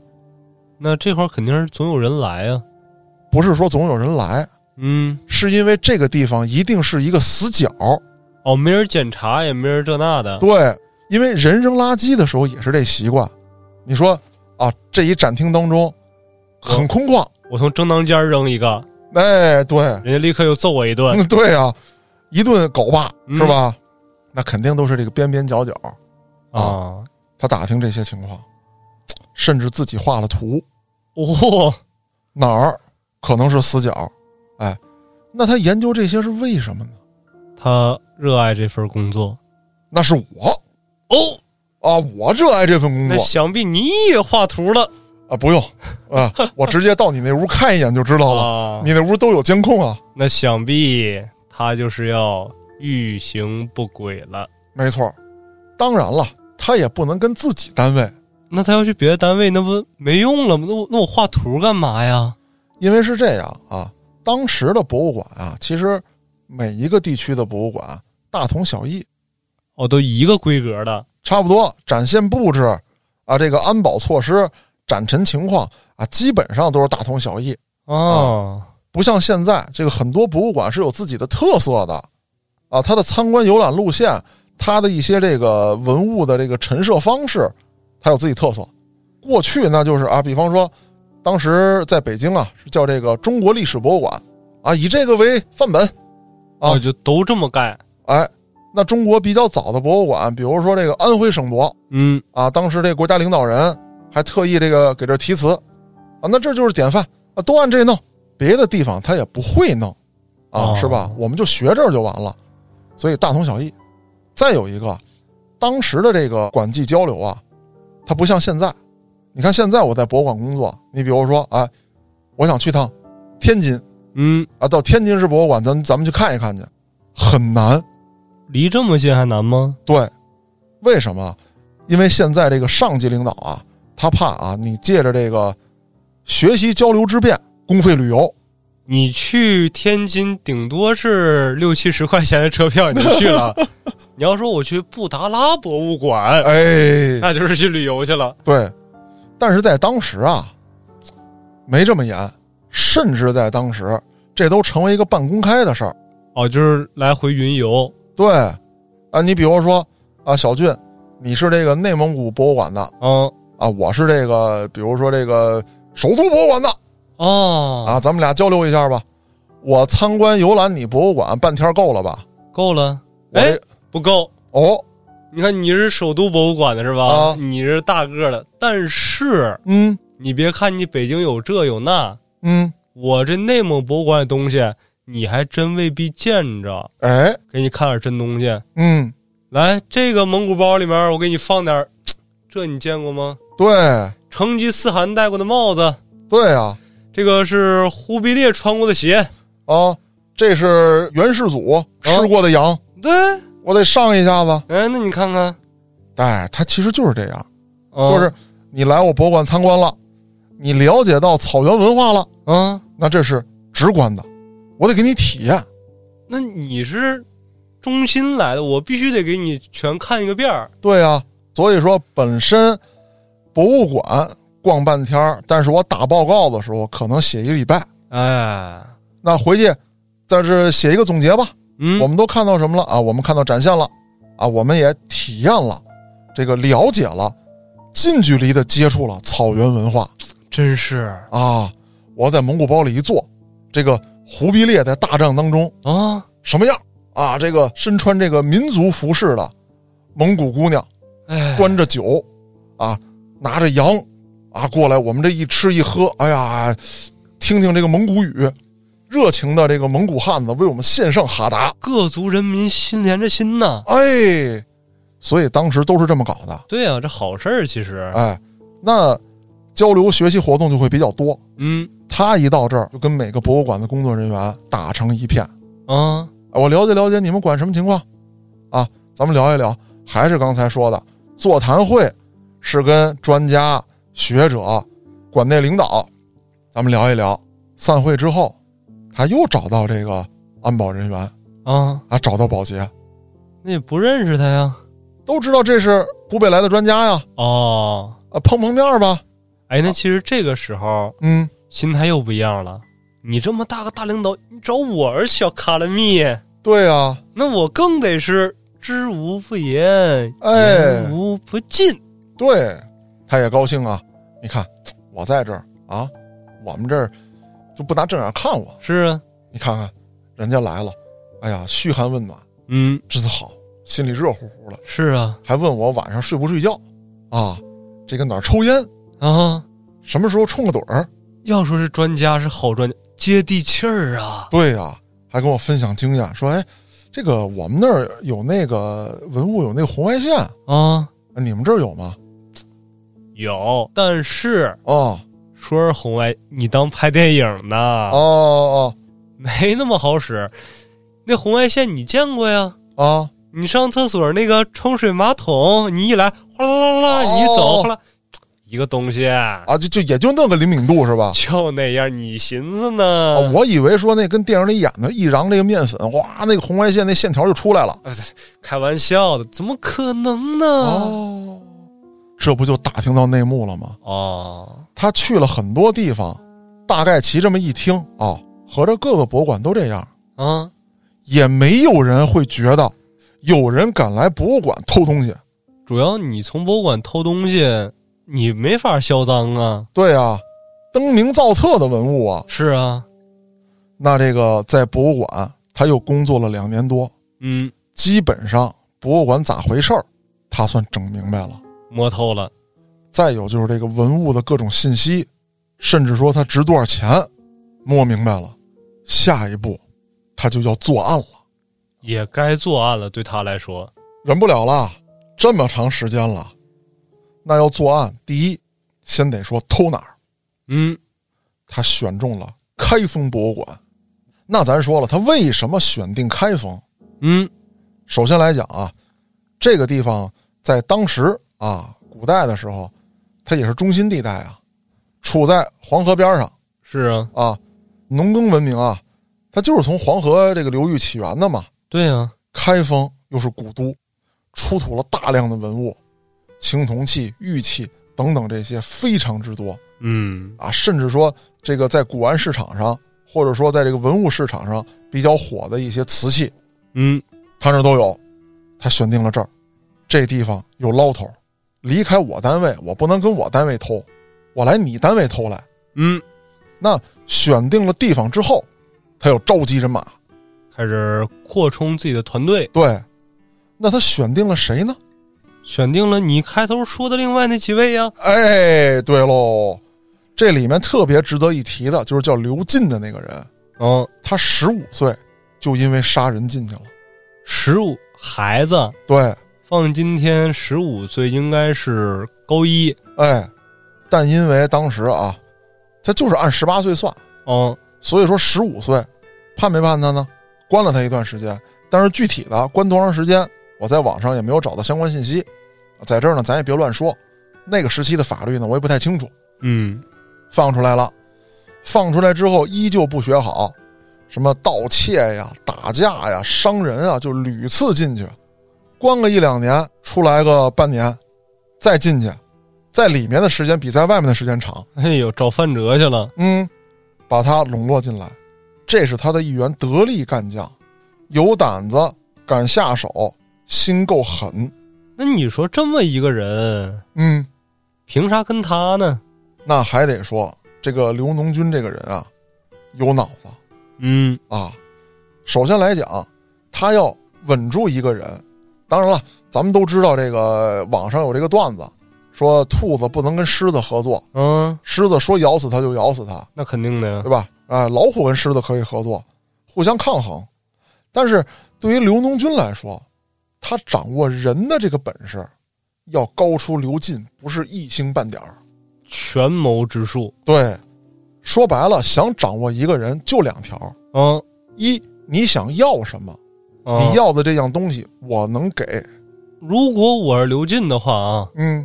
[SPEAKER 2] 那这会儿肯定是总有人来啊。
[SPEAKER 1] 不是说总有人来，
[SPEAKER 2] 嗯，
[SPEAKER 1] 是因为这个地方一定是一个死角。
[SPEAKER 2] 哦，没人检查，也没人这那的。
[SPEAKER 1] 对，因为人扔垃圾的时候也是这习惯。你说啊，这一展厅当中很空旷，
[SPEAKER 2] 我从正当间儿扔一个，
[SPEAKER 1] 哎，对，
[SPEAKER 2] 人家立刻又揍我一顿。
[SPEAKER 1] 嗯， [laughs] 对啊，一顿狗骂
[SPEAKER 2] 嗯
[SPEAKER 1] 是吧？那肯定都是这个边边角角，嗯
[SPEAKER 2] 啊，
[SPEAKER 1] 他打听这些情况，嘖甚至自己画了图。
[SPEAKER 2] 哦，
[SPEAKER 1] 哪儿可能是死角，哎，那他研究这些是为什么呢？
[SPEAKER 2] 他热爱这份工作
[SPEAKER 1] 那是我
[SPEAKER 2] 哦，
[SPEAKER 1] 啊，我热爱这份工
[SPEAKER 2] 那
[SPEAKER 1] 作
[SPEAKER 2] 想必你也画图了
[SPEAKER 1] 啊，不用啊，我直接到你那屋看一眼就知道了，
[SPEAKER 2] 啊，
[SPEAKER 1] 你那屋都有监控啊，
[SPEAKER 2] 那想必他就是要欲行不轨了。
[SPEAKER 1] 没错儿。当然了，他也不能跟自己单位，
[SPEAKER 2] 那他要去别的单位，那不没用了吗？那我那我画图干嘛呀？
[SPEAKER 1] 因为是这样啊，当时的博物馆啊，其实每一个地区的博物馆啊大同小异，
[SPEAKER 2] 哦，都一个规格的，
[SPEAKER 1] 差不多展现布置啊，这个安保措施、展陈情况啊，基本上都是大同小异。
[SPEAKER 2] 哦，
[SPEAKER 1] 不像现在这个很多博物馆是有自己的特色的，啊，它的参观游览路线，它的一些这个文物的这个陈设方式，它有自己特色。过去那就是啊，比方说，当时在北京啊是叫这个中国历史博物馆啊，以这个为范本。啊
[SPEAKER 2] 哦，就都这么干。
[SPEAKER 1] 哎，那中国比较早的博物馆，比如说这个安徽省博
[SPEAKER 2] 嗯，
[SPEAKER 1] 啊，当时这个国家领导人还特意这个给这题词啊，那这就是典范啊，都按这弄，别的地方他也不会弄啊，
[SPEAKER 2] 哦
[SPEAKER 1] 是吧？我们就学这儿就完了，所以大同小异。再有一个，当时的这个馆际交流啊，它不像现在。你看现在我在博物馆工作，你比如说啊，我想去趟天津
[SPEAKER 2] 嗯，
[SPEAKER 1] 啊，到天津市博物馆，咱们咱们去看一看去，很难。
[SPEAKER 2] 离这么近还难吗？
[SPEAKER 1] 对，为什么？因为现在这个上级领导啊，他怕啊，你借着这个学习交流之便公费旅游，
[SPEAKER 2] 你去天津顶多是六七十块钱的车票，你就去 [laughs] 了。你要说我去布达拉博物馆，
[SPEAKER 1] 哎，
[SPEAKER 2] 那就是去旅游去了。
[SPEAKER 1] 对。但是在当时啊，没这么严，甚至在当时，这都成为一个半公开的事儿。
[SPEAKER 2] 哦，就是来回云游。
[SPEAKER 1] 对，啊，你比如说啊，小俊，你是这个内蒙古博物馆的
[SPEAKER 2] 嗯，
[SPEAKER 1] 啊，我是这个，比如说这个首都博物馆的，
[SPEAKER 2] 哦，
[SPEAKER 1] 啊，咱们俩交流一下吧。我参观游览你博物馆半天够了吧？
[SPEAKER 2] 够了。
[SPEAKER 1] 我
[SPEAKER 2] 哎
[SPEAKER 1] 这，
[SPEAKER 2] 不够。
[SPEAKER 1] 哦，
[SPEAKER 2] 你看，你是首都博物馆的是吧？
[SPEAKER 1] 啊
[SPEAKER 2] 你是大个的，但是
[SPEAKER 1] 嗯
[SPEAKER 2] 你别看你北京有这有那，
[SPEAKER 1] 嗯，
[SPEAKER 2] 我这内蒙博物馆的东西，你还真未必见着。
[SPEAKER 1] 哎，
[SPEAKER 2] 给你看点真东西，
[SPEAKER 1] 嗯，
[SPEAKER 2] 来，这个蒙古包里面我给你放点儿，这你见过吗？
[SPEAKER 1] 对
[SPEAKER 2] 成吉思汗戴过的帽子，
[SPEAKER 1] 对啊
[SPEAKER 2] 这个是忽必烈穿过的鞋，
[SPEAKER 1] 啊，这是元世祖吃过的羊，
[SPEAKER 2] 对，
[SPEAKER 1] 我得上一下子。
[SPEAKER 2] 哎，那你看看，
[SPEAKER 1] 哎，它其实就是这样，
[SPEAKER 2] 嗯、
[SPEAKER 1] 就是你来我博物馆参观了，你了解到草原文化了，
[SPEAKER 2] 嗯，
[SPEAKER 1] 那这是直观的，我得给你体验。
[SPEAKER 2] 那你是中心来的，我必须得给你全看一个遍儿。
[SPEAKER 1] 对啊，所以说本身博物馆逛半天儿，但是我打报告的时候可能写一礼拜。
[SPEAKER 2] 哎，
[SPEAKER 1] 那回去在这写一个总结吧。
[SPEAKER 2] 嗯，
[SPEAKER 1] 我们都看到什么了啊？我们看到展现了啊，我们也体验了，这个了解了，近距离的接触了草原文化
[SPEAKER 2] 真是
[SPEAKER 1] 啊。我在蒙古包里一坐，这个忽必烈在大战当中
[SPEAKER 2] 啊，
[SPEAKER 1] 什么样啊？这个身穿这个民族服饰的蒙古姑娘，
[SPEAKER 2] 哎，
[SPEAKER 1] 端着酒啊，拿着羊啊过来，我们这一吃一喝，哎呀，听听这个蒙古语。热情的这个蒙古汉子为我们献上哈达，
[SPEAKER 2] 各族人民心连着心呐。
[SPEAKER 1] 哎，所以当时都是这么搞的，
[SPEAKER 2] 对啊，这好事儿其实，
[SPEAKER 1] 哎，那交流学习活动就会比较多。
[SPEAKER 2] 嗯
[SPEAKER 1] 他一到这儿，就跟每个博物馆的工作人员打成一片，
[SPEAKER 2] 啊，
[SPEAKER 1] 啊我了解了解你们管什么情况啊，咱们聊一聊。还是刚才说的，座谈会是跟专家、学者、馆内领导，咱们聊一聊。散会之后，他又找到这个安保人员
[SPEAKER 2] 啊，
[SPEAKER 1] 啊，找到保洁，
[SPEAKER 2] 那也不认识他呀。
[SPEAKER 1] 都知道这是湖北来的专家呀，
[SPEAKER 2] 哦，
[SPEAKER 1] 啊，碰碰面儿吧，
[SPEAKER 2] 哎，那其实这个时候
[SPEAKER 1] 嗯，
[SPEAKER 2] 心态又不一样了。你这么大个大领导，你找我儿小卡拉密，
[SPEAKER 1] 对啊，
[SPEAKER 2] 那我更得是知无不言，
[SPEAKER 1] 哎
[SPEAKER 2] 言无不尽。
[SPEAKER 1] 对，他也高兴啊。你看我在这儿啊，我们这儿就不拿正眼看我。
[SPEAKER 2] 是啊，
[SPEAKER 1] 你看看，人家来了，哎呀，嘘寒问暖，
[SPEAKER 2] 嗯，
[SPEAKER 1] 真好，心里热乎乎的，
[SPEAKER 2] 是啊，
[SPEAKER 1] 还问我晚上睡不睡觉啊，这个哪儿抽烟，
[SPEAKER 2] 啊，
[SPEAKER 1] 什么时候冲个盹儿
[SPEAKER 2] 要说是专家，是好专家，接地气儿啊。
[SPEAKER 1] 对呀、还跟我分享经验，说哎，这个我们那儿有那个文物有那个红外线，
[SPEAKER 2] 啊，
[SPEAKER 1] 你们这儿有吗？
[SPEAKER 2] 有，啊但是
[SPEAKER 1] 哦
[SPEAKER 2] 说是红外，你当拍电影呢，
[SPEAKER 1] 哦哦
[SPEAKER 2] 没那么好使。那红外线你见过呀？
[SPEAKER 1] 哦啊
[SPEAKER 2] 你上厕所那个冲水马桶，你一来哗啦啦啦，你一走
[SPEAKER 1] 哦
[SPEAKER 2] 哗啦，一个东西
[SPEAKER 1] 啊，就就也就那个灵敏度是吧？
[SPEAKER 2] 就那样，你寻思呢
[SPEAKER 1] 啊，？我以为说那跟电影里演的一瓤这个面粉，哇，那个红外线那线条就出来了。
[SPEAKER 2] 开玩笑的，怎么可能呢？
[SPEAKER 1] 哦，这不就打听到内幕了吗？
[SPEAKER 2] 哦，
[SPEAKER 1] 他去了很多地方，大概其这么一听啊、合着各个博物馆都这样，
[SPEAKER 2] 啊，
[SPEAKER 1] 也没有人会觉得有人敢来博物馆偷东西。
[SPEAKER 2] 主要你从博物馆偷东西，你没法销赃啊。
[SPEAKER 1] 对啊，登名造册的文物啊，
[SPEAKER 2] 是啊，
[SPEAKER 1] 那这个在博物馆他又工作了两年多，
[SPEAKER 2] 嗯，
[SPEAKER 1] 基本上博物馆咋回事儿，他算整明白了。
[SPEAKER 2] 摸透了。
[SPEAKER 1] 再有就是这个文物的各种信息，甚至说它值多少钱，摸明白了，下一步他就要作案了，
[SPEAKER 2] 也该作案了，对他来说，
[SPEAKER 1] 忍不了了，这么长时间了，那要作案，第一先得说偷哪儿，
[SPEAKER 2] 嗯，
[SPEAKER 1] 他选中了开封博物馆。那咱说了，他为什么选定开封？
[SPEAKER 2] 嗯，
[SPEAKER 1] 首先来讲啊，这个地方在当时啊，古代的时候，它也是中心地带啊，处在黄河边上。
[SPEAKER 2] 是啊，
[SPEAKER 1] 啊，农耕文明啊，它就是从黄河这个流域起源的嘛。
[SPEAKER 2] 对啊，
[SPEAKER 1] 开封又是古都，出土了大量的文物，青铜器、玉器等等这些非常之多
[SPEAKER 2] 嗯，
[SPEAKER 1] 啊，甚至说这个在古玩市场上，或者说在这个文物市场上比较火的一些瓷器，
[SPEAKER 2] 嗯，
[SPEAKER 1] 他那儿都有。他选定了这儿，这地方有捞头，离开我单位，我不能跟我单位偷，我来你单位偷来。
[SPEAKER 2] 嗯，
[SPEAKER 1] 那选定了地方之后，他又召集人马，
[SPEAKER 2] 开始扩充自己的团队，
[SPEAKER 1] 对，那他选定了谁呢？
[SPEAKER 2] 选定了你开头说的另外那几位呀，
[SPEAKER 1] 哎，对喽，这里面特别值得一提的就是叫刘进的那个人，
[SPEAKER 2] 嗯，
[SPEAKER 1] 他十五岁就因为杀人进去了。
[SPEAKER 2] 十五孩子
[SPEAKER 1] 对，
[SPEAKER 2] 放今天十五岁应该是高一，
[SPEAKER 1] 哎，但因为当时啊，他就是按十八岁算，
[SPEAKER 2] 嗯，
[SPEAKER 1] 所以说十五岁判没判他呢？关了他一段时间，但是具体的关多长时间，我在网上也没有找到相关信息，在这儿呢，咱也别乱说。那个时期的法律呢，我也不太清楚。
[SPEAKER 2] 嗯，
[SPEAKER 1] 放出来了，放出来之后依旧不学好，什么盗窃呀、打架呀、伤人啊，就屡次进去，关个一两年，出来个半年，再进去，在里面的时间比在外面的时间长。
[SPEAKER 2] 哎呦，找范哲去了，
[SPEAKER 1] 嗯，把他笼络进来，这是他的一员得力干将，有胆子，敢下手，心够狠。
[SPEAKER 2] 那你说这么一个人，
[SPEAKER 1] 嗯，
[SPEAKER 2] 凭啥跟他呢？
[SPEAKER 1] 那还得说这个刘农军这个人啊，有脑子。
[SPEAKER 2] 嗯，
[SPEAKER 1] 啊，首先来讲，他要稳住一个人。当然了，咱们都知道这个网上有这个段子，说兔子不能跟狮子合作，
[SPEAKER 2] 嗯，
[SPEAKER 1] 狮子说咬死它就咬死它，
[SPEAKER 2] 那肯定的呀
[SPEAKER 1] 对，吧？啊，老虎跟狮子可以合作，互相抗衡。但是对于刘农军来说，他掌握人的这个本事，要高出刘进不是一星半点儿。
[SPEAKER 2] 权谋之术，
[SPEAKER 1] 对，说白了，想掌握一个人就两条：
[SPEAKER 2] 嗯，
[SPEAKER 1] 一，你想要什么。
[SPEAKER 2] 嗯
[SPEAKER 1] 你要的这样东西，我能给。
[SPEAKER 2] 如果我是刘进的话啊，
[SPEAKER 1] 嗯，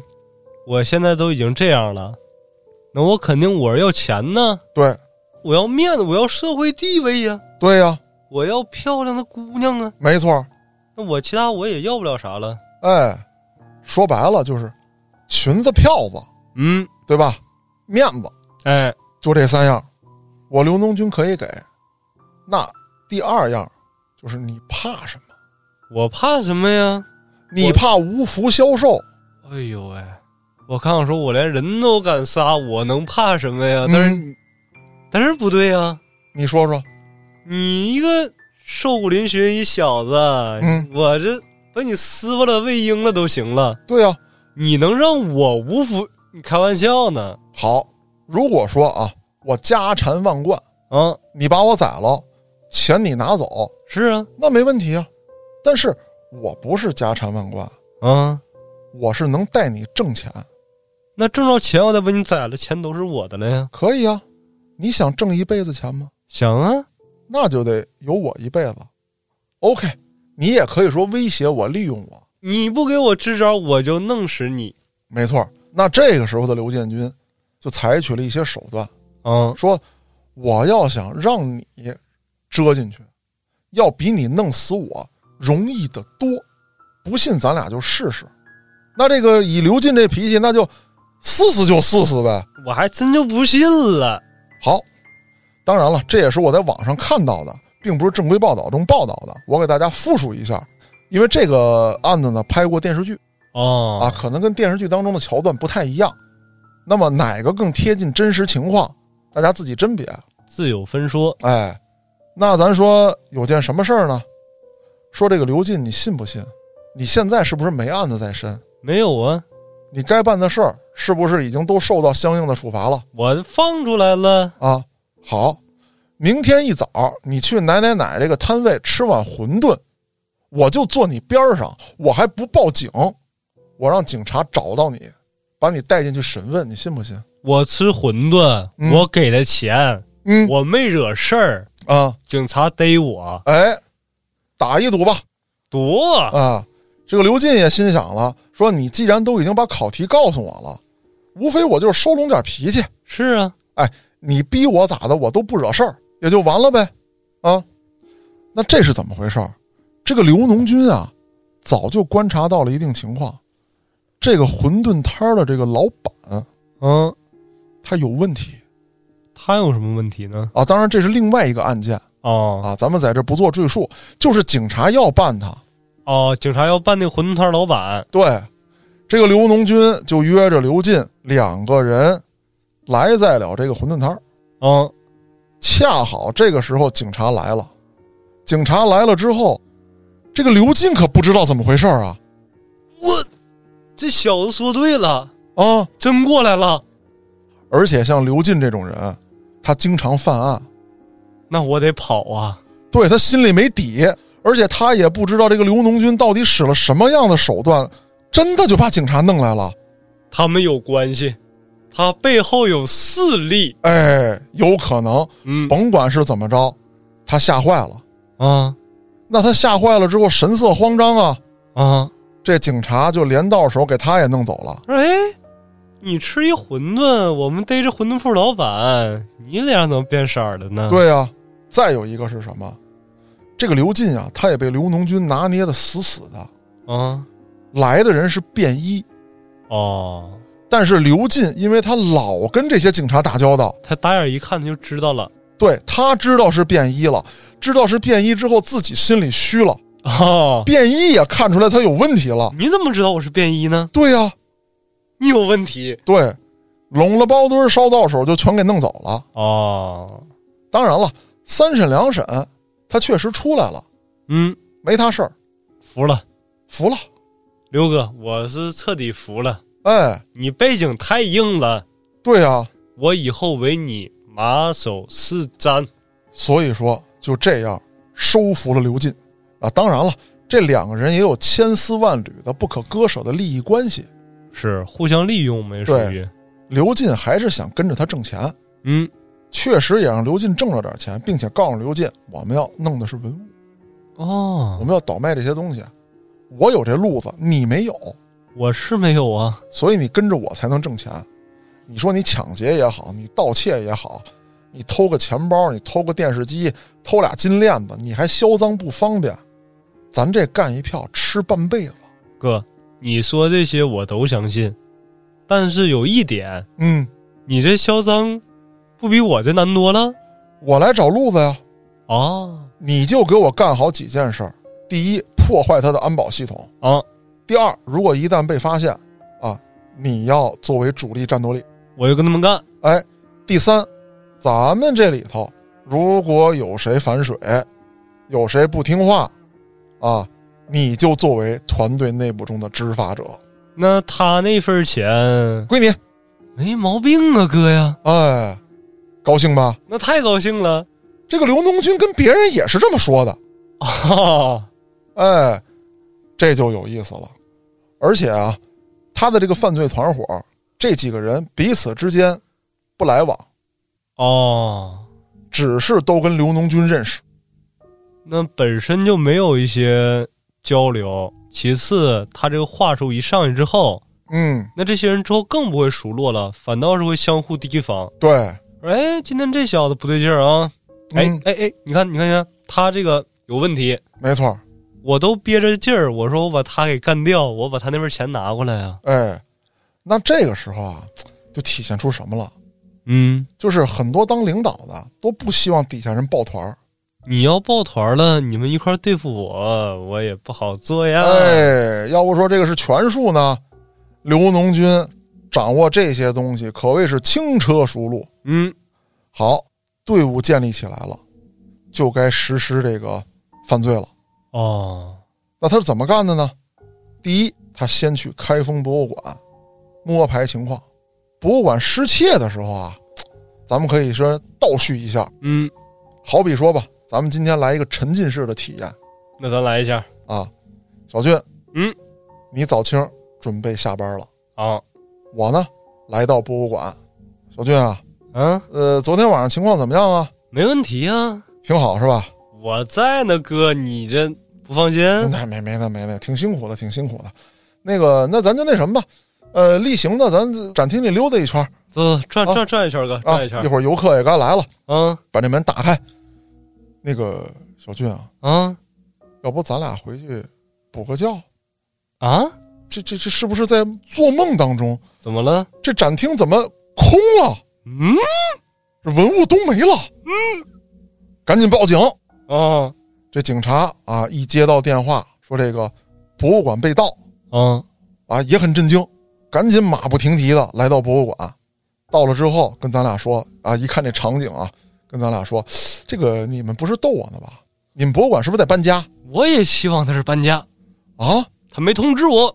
[SPEAKER 2] 我现在都已经这样了，那我肯定我是要钱呢，
[SPEAKER 1] 对，
[SPEAKER 2] 我要面子，我要社会地位呀，
[SPEAKER 1] 对呀、
[SPEAKER 2] 我要漂亮的姑娘啊，
[SPEAKER 1] 没错。
[SPEAKER 2] 那我其他我也要不了啥了。
[SPEAKER 1] 哎，说白了就是裙子、票子，
[SPEAKER 2] 嗯，
[SPEAKER 1] 对吧？面子，
[SPEAKER 2] 哎，
[SPEAKER 1] 就这三样，我刘农军可以给。那第二样就是你怕什么？
[SPEAKER 2] 我怕什么呀？
[SPEAKER 1] 你怕无福消受？
[SPEAKER 2] 哎呦喂、我刚想说，我连人都敢杀，我能怕什么呀？但是，
[SPEAKER 1] 嗯
[SPEAKER 2] 但是不对呀、啊
[SPEAKER 1] 你说说，
[SPEAKER 2] 你一个瘦骨嶙峋一小子，
[SPEAKER 1] 嗯
[SPEAKER 2] 我这把你撕巴了、喂鹰了都行了，
[SPEAKER 1] 对呀、
[SPEAKER 2] 你能让我无福？你开玩笑呢？
[SPEAKER 1] 好，如果说啊，我家产万贯，
[SPEAKER 2] 啊，
[SPEAKER 1] 你把我宰了，钱你拿走，
[SPEAKER 2] 是啊，
[SPEAKER 1] 那没问题啊。但是我不是家产万贯，
[SPEAKER 2] 啊，
[SPEAKER 1] 我是能带你挣钱，
[SPEAKER 2] 那挣着钱我再把你宰了，钱都是我的了呀。
[SPEAKER 1] 可以啊。你想挣一辈子钱吗？
[SPEAKER 2] 想啊，
[SPEAKER 1] 那就得有我一辈子。OK，你也可以说威胁我、利用我，
[SPEAKER 2] 你不给我支招，我就弄死你。
[SPEAKER 1] 没错儿。那这个时候的刘建军就采取了一些手段，
[SPEAKER 2] 啊，
[SPEAKER 1] 说我要想让你遮进去，要比你弄死我容易得多。不信咱俩就试试。那这个以刘进这脾气，那就试试就试试呗。
[SPEAKER 2] 我还真就不信了。
[SPEAKER 1] 好，当然了，这也是我在网上看到的，并不是正规报道中报道的。我给大家复述一下，因为这个案子呢拍过电视剧
[SPEAKER 2] 哦，
[SPEAKER 1] 啊，可能跟电视剧当中的桥段不太一样。那么哪个更贴近真实情况，大家自己甄别。
[SPEAKER 2] 自有分说。
[SPEAKER 1] 哎，那咱说有件什么事儿呢？说这个刘进，你信不信？你现在是不是没案子在身？
[SPEAKER 2] 没有啊，
[SPEAKER 1] 你该办的事儿是不是已经都受到相应的处罚了？
[SPEAKER 2] 我放出来了。
[SPEAKER 1] 啊，好，明天一早你去奶奶奶这个摊位吃碗馄饨，我就坐你边儿上，我还不报警，我让警察找到你，把你带进去审问，你信不信？
[SPEAKER 2] 我吃馄饨，
[SPEAKER 1] 嗯
[SPEAKER 2] 我给的钱，
[SPEAKER 1] 嗯
[SPEAKER 2] 我没惹事儿，
[SPEAKER 1] 啊，
[SPEAKER 2] 警察逮我
[SPEAKER 1] 哎，打一赌吧
[SPEAKER 2] 赌。
[SPEAKER 1] 啊！这个刘进也心想了，说你既然都已经把考题告诉我了，无非我就是收拢点脾气，
[SPEAKER 2] 是啊，
[SPEAKER 1] 你逼我咋的，我都不惹事儿，也就完了呗，啊？那这是怎么回事儿？这个刘农军啊，早就观察到了一定情况，这个馄饨摊儿的这个老板
[SPEAKER 2] 嗯，
[SPEAKER 1] 他有问题
[SPEAKER 2] 他有什么问题呢？
[SPEAKER 1] 啊。当然，这是另外一个案件
[SPEAKER 2] 哦
[SPEAKER 1] 啊，咱们在这不做赘述。就是警察要办他，
[SPEAKER 2] 哦，警察要办那馄饨摊老板。
[SPEAKER 1] 对，这个刘农军就约着刘进两个人来在了这个馄饨摊儿。
[SPEAKER 2] 嗯，
[SPEAKER 1] 恰好这个时候警察来了，警察来了之后，这个刘进可不知道怎么回事儿啊
[SPEAKER 2] 我这小子说对了，
[SPEAKER 1] 啊！
[SPEAKER 2] 真过来了。
[SPEAKER 1] 而且像刘进这种人，他经常犯案，
[SPEAKER 2] 那我得跑啊！
[SPEAKER 1] 对他心里没底，而且他也不知道这个刘农军到底使了什么样的手段，真的就把警察弄来了。
[SPEAKER 2] 他们有关系，他背后有势力。
[SPEAKER 1] 哎，有可能，
[SPEAKER 2] 嗯
[SPEAKER 1] 甭管是怎么着，他吓坏了。
[SPEAKER 2] 啊
[SPEAKER 1] 那他吓坏了之后，神色慌张啊！
[SPEAKER 2] 啊！
[SPEAKER 1] 这警察就连到手给他也弄走了。
[SPEAKER 2] 哎，你吃一馄饨，我们逮着馄饨铺老板，你脸怎么变色儿了呢？，
[SPEAKER 1] 对呀、啊再有一个是什么？这个刘进啊，他也被刘农军拿捏的死死的。
[SPEAKER 2] 啊
[SPEAKER 1] 来的人是便衣，
[SPEAKER 2] 哦，
[SPEAKER 1] 但是刘进因为他老跟这些警察打交道，
[SPEAKER 2] 他打眼一看他就知道了。
[SPEAKER 1] 对他知道是便衣了，知道是便衣之后，自己心里虚了。
[SPEAKER 2] [laughs] 哦，
[SPEAKER 1] 便衣也看出来他有问题了。
[SPEAKER 2] 你怎么知道我是便衣呢？
[SPEAKER 1] 对呀、
[SPEAKER 2] 你有问题
[SPEAKER 1] 对，拢了包堆儿捎到手就全给弄走了。
[SPEAKER 2] 哦。
[SPEAKER 1] 当然了，三审两审，他确实出来了，
[SPEAKER 2] 嗯，
[SPEAKER 1] 没他事儿，
[SPEAKER 2] 服了，
[SPEAKER 1] 服了。
[SPEAKER 2] 刘哥，我是彻底服了。
[SPEAKER 1] 哎，
[SPEAKER 2] 你背景太硬了，
[SPEAKER 1] 对呀、
[SPEAKER 2] 我以后为你马首是瞻。
[SPEAKER 1] 所以说就这样收服了刘进啊。当然了，这两个人也有千丝万缕的不可割舍的利益关系。
[SPEAKER 2] 是互相利用没属
[SPEAKER 1] 对
[SPEAKER 2] 于，
[SPEAKER 1] 刘进还是想跟着他挣钱，
[SPEAKER 2] 嗯，
[SPEAKER 1] 确实也让刘进挣了点钱，并且告诉刘进，我们要弄的是文物，我
[SPEAKER 2] 哦，
[SPEAKER 1] 们要倒卖这些东西。我有这路子，你没有，
[SPEAKER 2] 我是没有啊，
[SPEAKER 1] 所以你跟着我才能挣钱。你说你抢劫也好，你盗窃也好，你偷个钱包，你偷个电视机，偷俩金链子，你还销赃不方便，咱这干一票吃半辈子。
[SPEAKER 2] 哥，你说这些我都相信，但是有一点，
[SPEAKER 1] 嗯，
[SPEAKER 2] 你这销赃不比我这难多了
[SPEAKER 1] 我来找路子呀，
[SPEAKER 2] 哦，
[SPEAKER 1] 你就给我干好几件事儿：第一，破坏他的安保系统；
[SPEAKER 2] 啊，
[SPEAKER 1] 第二，如果一旦被发现，啊，你要作为主力战斗力；
[SPEAKER 2] 我就跟他们干，
[SPEAKER 1] 哎，第三，咱们这里头如果有谁反水，有谁不听话，啊，你就作为团队内部中的执法者，
[SPEAKER 2] 那他那份钱
[SPEAKER 1] 归你。
[SPEAKER 2] 没毛病啊，哥呀，
[SPEAKER 1] 哎，高兴吧？
[SPEAKER 2] 那太高兴 [laughs] 了
[SPEAKER 1] 这个刘农军跟别人也是这么说的，
[SPEAKER 2] 啊！
[SPEAKER 1] 哎，这就有意思了。而且啊，他的这个犯罪团伙这几个人彼此之间不来往，
[SPEAKER 2] 哦，
[SPEAKER 1] 只是都跟刘农军认识。
[SPEAKER 2] 那本身就没有一些交流。其次，他这个话术一上去之后，
[SPEAKER 1] 嗯，
[SPEAKER 2] 那这些人之后更不会数落了，反倒是会相互提防。
[SPEAKER 1] 对，
[SPEAKER 2] 说哎，今天这小子不对劲儿啊！哎、
[SPEAKER 1] 嗯，
[SPEAKER 2] 哎哎，你看，你看，你看，他这个有问题。
[SPEAKER 1] 没错儿，
[SPEAKER 2] 我都憋着劲儿，我说我把他给干掉，我把他那边钱拿过来啊。
[SPEAKER 1] 哎，那这个时候啊，就体现出什么了？
[SPEAKER 2] 嗯，
[SPEAKER 1] 就是很多当领导的都不希望底下人抱团儿，
[SPEAKER 2] 你要抱团了，你们一块儿对付我，我也不好做呀。
[SPEAKER 1] 哎，要不说这个是权术呢，刘农军掌握这些东西可谓是轻车熟路。
[SPEAKER 2] 嗯，
[SPEAKER 1] 好，队伍建立起来了，就该实施这个犯罪了。
[SPEAKER 2] 哦，
[SPEAKER 1] 那他是怎么干的呢？第一，他先去开封博物馆摸排情况。博物馆失窃的时候啊，咱们可以说倒叙一下。
[SPEAKER 2] 嗯，
[SPEAKER 1] 好比说吧，咱们今天来一个沉浸式的体验
[SPEAKER 2] 那咱来一下
[SPEAKER 1] 啊。小俊，
[SPEAKER 2] 嗯，
[SPEAKER 1] 你早清准备下班了，
[SPEAKER 2] 啊，
[SPEAKER 1] 我呢来到博物馆。小俊啊，
[SPEAKER 2] 嗯，
[SPEAKER 1] 呃，昨天晚上情况怎么样啊？
[SPEAKER 2] 没问题啊，
[SPEAKER 1] 挺好是吧？
[SPEAKER 2] 我在呢，哥，你这不放心？
[SPEAKER 1] 那没没那没那，挺辛苦的，挺辛苦的。那个，那咱就那什么吧，呃，例行的，咱展厅里溜达一圈儿
[SPEAKER 2] 走，转
[SPEAKER 1] 啊
[SPEAKER 2] 转转一圈，哥，
[SPEAKER 1] 啊。
[SPEAKER 2] 转一圈
[SPEAKER 1] 一，会儿游客也该来了，
[SPEAKER 2] 嗯
[SPEAKER 1] 把这门打开。那个小俊啊，
[SPEAKER 2] 啊
[SPEAKER 1] 要不咱俩回去补个觉？
[SPEAKER 2] 啊，
[SPEAKER 1] 这这这是不是在做梦当中？
[SPEAKER 2] 怎么了？
[SPEAKER 1] 这展厅怎么空了？
[SPEAKER 2] 嗯，
[SPEAKER 1] 这文物都没了。嗯，赶紧报警！
[SPEAKER 2] 哦，
[SPEAKER 1] 这警察啊，一接到电话说这个博物馆被盗，
[SPEAKER 2] 嗯，
[SPEAKER 1] 啊，也很震惊，赶紧马不停蹄的来到博物馆。到了之后，跟咱俩说啊，一看这场景啊，跟咱俩说，这个你们不是逗我呢吧？你们博物馆是不是在搬家
[SPEAKER 2] 我也希望他是搬家，
[SPEAKER 1] 啊？
[SPEAKER 2] 他没通知我，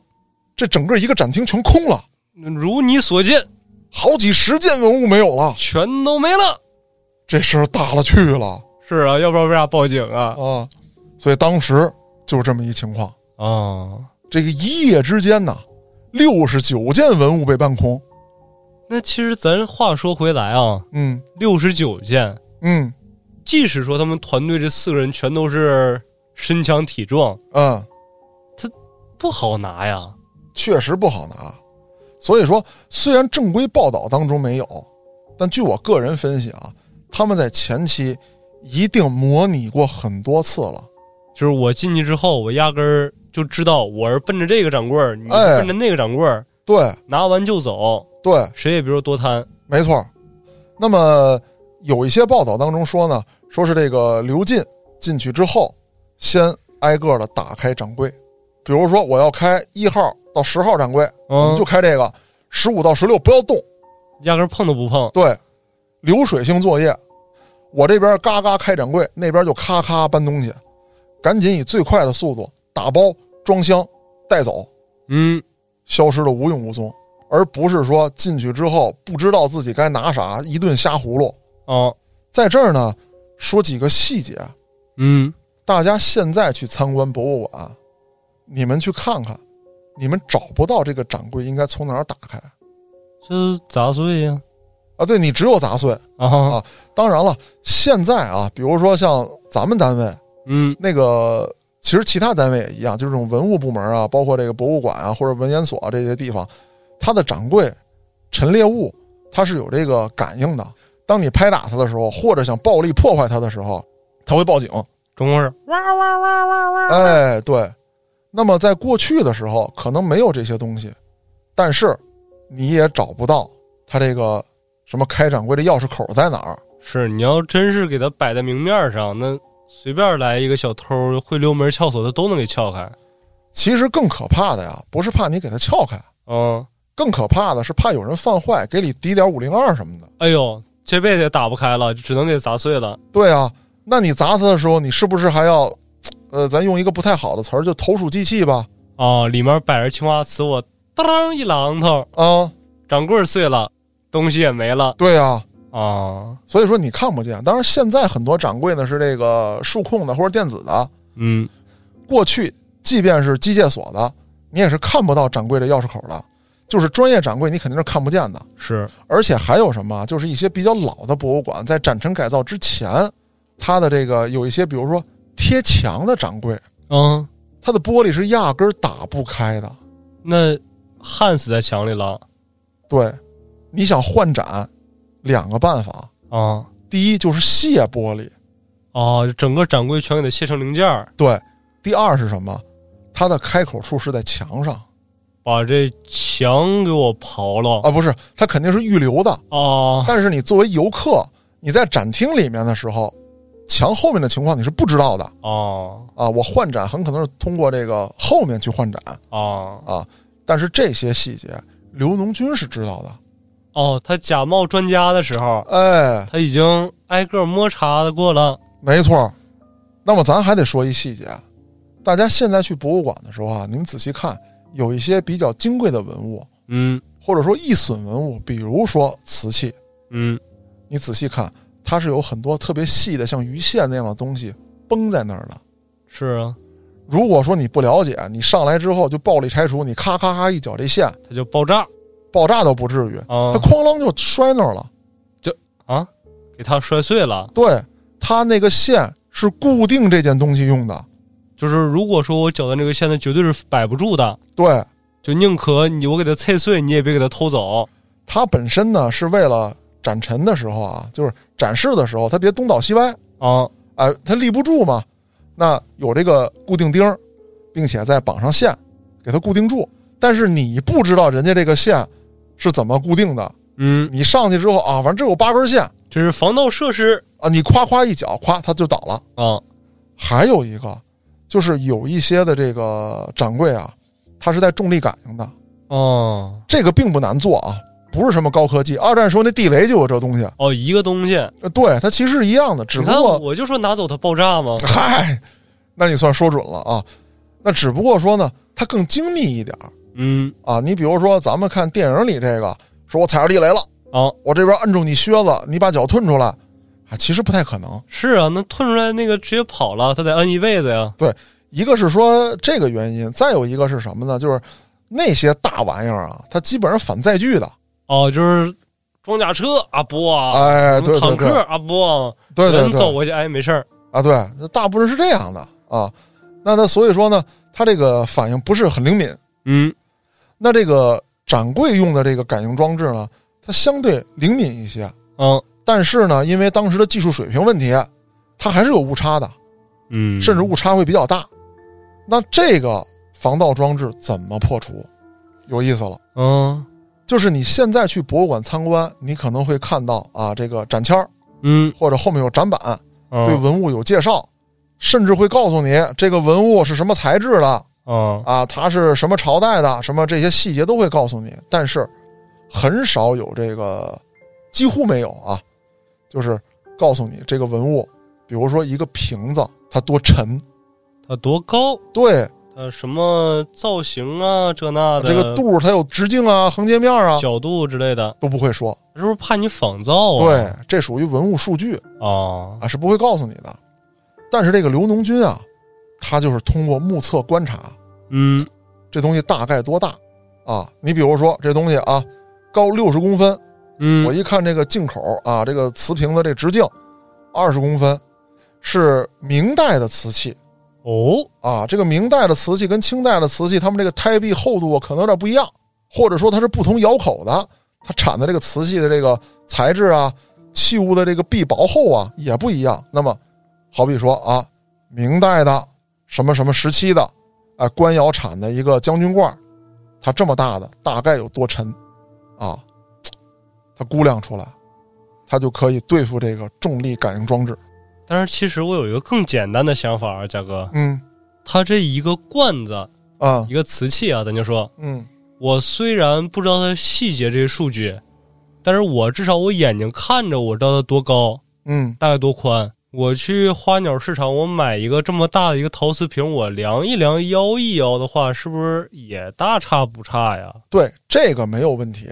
[SPEAKER 1] 这整个一个展厅全空了，
[SPEAKER 2] 嗯如你所见，
[SPEAKER 1] 好几十件文物没有了，
[SPEAKER 2] 全都没了。
[SPEAKER 1] 这事儿大了去了
[SPEAKER 2] 是啊，要不然为啥报警啊？
[SPEAKER 1] 啊！所以当时就是这么一情况，
[SPEAKER 2] 哦，
[SPEAKER 1] 这个一夜之间呐，六十九件文物被搬空。
[SPEAKER 2] 那其实咱话说回来啊，
[SPEAKER 1] 嗯
[SPEAKER 2] 六十九件，
[SPEAKER 1] 嗯
[SPEAKER 2] 即使说他们团队这四个人全都是身强体壮，
[SPEAKER 1] 嗯，
[SPEAKER 2] 不好拿呀。
[SPEAKER 1] 确实不好拿。啊所以说，虽然正规报道当中没有，但据我个人分析啊，他们在前期一定模拟过很多次了。
[SPEAKER 2] 就是我进去之后，我压根儿就知道我是奔着这个掌柜儿，你
[SPEAKER 1] 哎
[SPEAKER 2] 是奔着那个掌柜儿，
[SPEAKER 1] 对
[SPEAKER 2] 拿完就走，
[SPEAKER 1] 对，
[SPEAKER 2] 谁也别说多贪。
[SPEAKER 1] 没错。那么有一些报道当中说呢，说是这个刘进进去之后，先挨个的打开掌柜，比如说我要开一号到十号掌柜，我
[SPEAKER 2] 嗯
[SPEAKER 1] 们就，开这个十五到十六不要动。
[SPEAKER 2] 压根儿碰都不碰。
[SPEAKER 1] 对，流水性作业。我这边嘎嘎开展柜，那边就咔咔搬东西，赶紧以最快的速度打包、装箱、带走，
[SPEAKER 2] 嗯，
[SPEAKER 1] 消失的无影无踪，而不是说进去之后不知道自己该拿啥，一顿瞎葫芦。
[SPEAKER 2] 哦，
[SPEAKER 1] 在这儿呢，说几个细节，
[SPEAKER 2] 嗯，
[SPEAKER 1] 大家现在去参观博物馆，你们去看看，你们找不到这个展柜应该从哪儿打开
[SPEAKER 2] 这杂碎呀。
[SPEAKER 1] 啊？对你只有杂碎。
[SPEAKER 2] 啊，
[SPEAKER 1] 当然了，现在啊，比如说像咱们单位。
[SPEAKER 2] 嗯，
[SPEAKER 1] 那个其实其他单位也一样，就是这种文物部门啊，包括这个博物馆啊或者文研所、啊、这些地方，它的掌柜陈列物它是有这个感应的。当你拍打它的时候，或者想暴力破坏它的时候，它会报警。
[SPEAKER 2] 中国人。
[SPEAKER 1] 哎，对。那么在过去的时候，可能没有这些东西，但是你也找不到它这个什么开掌柜的钥匙口在哪儿。
[SPEAKER 2] 是，你要真是给他摆在明面上，那随便来一个小偷，会溜门撬锁的都能给撬开。
[SPEAKER 1] 其实更可怕的呀，不是怕你给它撬开，
[SPEAKER 2] 嗯，
[SPEAKER 1] 更可怕的是怕有人犯坏，给你抵点五零二什么的。
[SPEAKER 2] 哎呦，这辈子也打不开了，只能给砸碎了。
[SPEAKER 1] 对啊，那你砸他的时候，你是不是还要，呃，咱用一个不太好的词儿，就投鼠忌器吧？
[SPEAKER 2] 啊，里面摆着青花瓷，我当一榔头，
[SPEAKER 1] 啊，
[SPEAKER 2] 掌柜儿碎了，东西也没了。
[SPEAKER 1] 对啊，
[SPEAKER 2] 啊、啊，
[SPEAKER 1] 所以说你看不见。当然，现在很多掌柜呢是这个数控的或者电子的，
[SPEAKER 2] 嗯，
[SPEAKER 1] 过去即便是机械锁的，你也是看不到掌柜的钥匙口的，就是专业掌柜你肯定是看不见的。
[SPEAKER 2] 是，
[SPEAKER 1] 而且还有什么，就是一些比较老的博物馆，在展陈改造之前，它的这个有一些，比如说贴墙的掌柜，
[SPEAKER 2] 嗯，
[SPEAKER 1] 它的玻璃是压根儿打不开的。
[SPEAKER 2] 那焊死在墙里了
[SPEAKER 1] 对，你想换展，两个办法，
[SPEAKER 2] 啊，
[SPEAKER 1] 第一就是卸玻璃，
[SPEAKER 2] 哦，整个掌柜全给它卸成零件儿，
[SPEAKER 1] 对；第二是什么？它的开口处是在墙上
[SPEAKER 2] 把这墙给我刨了
[SPEAKER 1] 啊，不是，它肯定是预留的。
[SPEAKER 2] 啊，
[SPEAKER 1] 但是你作为游客，你在展厅里面的时候，墙后面的情况你是不知道的
[SPEAKER 2] 哦，
[SPEAKER 1] 啊。我换展很可能是通过这个后面去换展，
[SPEAKER 2] 哦，
[SPEAKER 1] 但是这些细节刘农军是知道的。
[SPEAKER 2] 哦，他假冒专家的时候，
[SPEAKER 1] 哎，
[SPEAKER 2] 他已经挨个摸查的过了，
[SPEAKER 1] 没错。那么咱还得说一细节，啊大家现在去博物馆的时候啊，你们仔细看，有一些比较金贵的文物，
[SPEAKER 2] 嗯
[SPEAKER 1] 或者说易损文物，比如说瓷器，
[SPEAKER 2] 嗯，
[SPEAKER 1] 你仔细看，它是有很多特别细的，像鱼线那样的东西绷在那儿的。
[SPEAKER 2] 是啊，
[SPEAKER 1] 如果说你不了解，你上来之后就暴力拆除，你咔咔咔一绞这线，
[SPEAKER 2] 他就爆炸
[SPEAKER 1] 爆炸都不至于，
[SPEAKER 2] 啊
[SPEAKER 1] 它，哐啷就摔那儿了。
[SPEAKER 2] 给他摔碎了。
[SPEAKER 1] 对，它那个线是固定这件东西用的。
[SPEAKER 2] 就是如果说我绞的那个线，它绝对是摆不住的，
[SPEAKER 1] 对，
[SPEAKER 2] 就宁可你我给它碎碎，你也别给它偷走。
[SPEAKER 1] 它本身呢是为了展陈的时候啊，就是展示的时候，它别东倒西歪，
[SPEAKER 2] 啊，
[SPEAKER 1] 哎，它立不住嘛。那有这个固定钉儿，并且再绑上线，给它固定住。但是你不知道人家这个线是怎么固定的，
[SPEAKER 2] 嗯，
[SPEAKER 1] 你上去之后啊，反正这有八根线
[SPEAKER 2] 这是防盗设施
[SPEAKER 1] 啊，你夸夸一脚，夸它就倒了。
[SPEAKER 2] 啊，
[SPEAKER 1] 还有一个就是有一些的这个掌柜啊，他是带重力感应的，
[SPEAKER 2] 哦
[SPEAKER 1] 这个并不难做啊，不是什么高科技。二战时候那地雷就有这东西，
[SPEAKER 2] 哦，一个东西，
[SPEAKER 1] 呃对，它其实是一样的，只
[SPEAKER 2] 你
[SPEAKER 1] 不
[SPEAKER 2] 看
[SPEAKER 1] 过
[SPEAKER 2] 我就说拿走它爆炸嘛，
[SPEAKER 1] [laughs] 嗨，那你算说准了啊。那只不过说呢，它更精密一点儿
[SPEAKER 2] 嗯
[SPEAKER 1] 啊。你比如说，咱们看电影里这个，说我踩着地雷了，
[SPEAKER 2] 啊，
[SPEAKER 1] 我这边摁住你靴子，你把脚吞出来，啊，其实不太可能。
[SPEAKER 2] 是啊，那吞出来那个直接跑了，它得摁一辈子呀。
[SPEAKER 1] 一个是说这个原因，再有一个是什么呢？就是那些大玩意儿啊，它基本上反载具的。
[SPEAKER 2] 哦，就是装甲车啊，不啊，
[SPEAKER 1] 哎，
[SPEAKER 2] 什么
[SPEAKER 1] 对对对
[SPEAKER 2] 坦克，啊，不啊，
[SPEAKER 1] 对对
[SPEAKER 2] 人走
[SPEAKER 1] 对，
[SPEAKER 2] 过去，哎，没事儿，
[SPEAKER 1] 啊，对，那大部分是这样的啊。那它所以说呢，它这个反应不是很灵敏，
[SPEAKER 2] 嗯
[SPEAKER 1] 那这个展柜用的这个感应装置呢，它相对灵敏一些，
[SPEAKER 2] 嗯
[SPEAKER 1] 但是呢，因为当时的技术水平问题，它还是有误差的，
[SPEAKER 2] 嗯，
[SPEAKER 1] 甚至误差会比较大。那这个防盗装置怎么破除？有意思了，
[SPEAKER 2] 嗯
[SPEAKER 1] 就是你现在去博物馆参观，你可能会看到啊，这个展签儿
[SPEAKER 2] 嗯，
[SPEAKER 1] 或者后面有展板，
[SPEAKER 2] 嗯
[SPEAKER 1] 对文物有介绍，甚至会告诉你这个文物是什么材质的，
[SPEAKER 2] 啊
[SPEAKER 1] 啊，它是什么朝代的，什么这些细节都会告诉你，但是很少有这个，几乎没有啊，就是告诉你这个文物，比如说一个瓶子，它多沉，
[SPEAKER 2] 它多高？
[SPEAKER 1] 对，
[SPEAKER 2] 呃，什么造型啊，这那的，
[SPEAKER 1] 这个度儿它有直径啊、横截面啊，
[SPEAKER 2] 角度之类的，
[SPEAKER 1] 都不会说，
[SPEAKER 2] 是不是怕你仿造啊？
[SPEAKER 1] 对，这属于文物数据
[SPEAKER 2] 啊，
[SPEAKER 1] 啊，是不会告诉你的。但是这个刘农军啊，他就是通过目测观察，
[SPEAKER 2] 嗯
[SPEAKER 1] 这东西大概多大啊？你比如说这东西啊，高六十公分，
[SPEAKER 2] 嗯，
[SPEAKER 1] 我一看这个进口啊，这个瓷瓶子这直径二十公分，是明代的瓷器
[SPEAKER 2] 哦，
[SPEAKER 1] 啊。这个明代的瓷器跟清代的瓷器，它们这个胎壁厚度可能有点不一样，或者说它是不同窑口的，它产的这个瓷器的这个材质啊、器物的这个壁薄厚啊也不一样。那么，好比说啊，明代的什么什么时期的啊官窑产的一个将军罐儿，它这么大的大概有多沉啊？它估量出来，它就可以对付这个重力感应装置。
[SPEAKER 2] 但是其实我有一个更简单的想法啊，嘉哥，
[SPEAKER 1] 嗯
[SPEAKER 2] 它这一个罐子，
[SPEAKER 1] 啊
[SPEAKER 2] 一个瓷器啊，咱就说，
[SPEAKER 1] 嗯
[SPEAKER 2] 我虽然不知道它细节这些数据，但是我至少我眼睛看着，我知道它多高，
[SPEAKER 1] 嗯
[SPEAKER 2] 大概多宽。我去花鸟市场，我买一个这么大的一个陶瓷瓶，我量一量、腰一腰的话，是不是也大差不差呀？
[SPEAKER 1] 对，这个没有问题。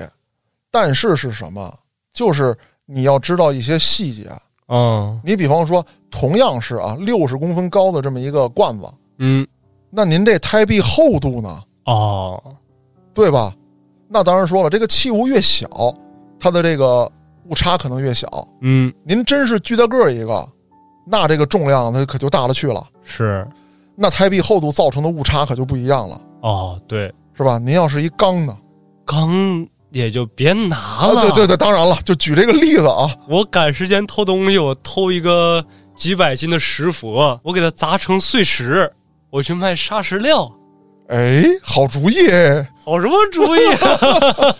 [SPEAKER 1] 但是是什么？就是你要知道一些细节。啊
[SPEAKER 2] 嗯
[SPEAKER 1] 你比方说，同样是啊六十公分高的这么一个罐子，
[SPEAKER 2] 嗯
[SPEAKER 1] 那您这胎壁厚度呢，
[SPEAKER 2] 哦
[SPEAKER 1] 对吧？那当然说了，这个器物越小，它的这个误差可能越小。
[SPEAKER 2] 嗯
[SPEAKER 1] 您真是巨大个儿一个，那这个重量它可就大了去了，
[SPEAKER 2] 是
[SPEAKER 1] 那胎壁厚度造成的误差可就不一样了，
[SPEAKER 2] 哦对，
[SPEAKER 1] 是吧？您要是一钢呢？啊
[SPEAKER 2] 钢也就别拿了。
[SPEAKER 1] 对对对，当然了，就举这个例子啊，
[SPEAKER 2] 我赶时间偷东西，我偷一个几百斤的石佛，我给它砸成碎石，我去卖砂石料，
[SPEAKER 1] 哎，好主意，哎
[SPEAKER 2] 好什么主意啊？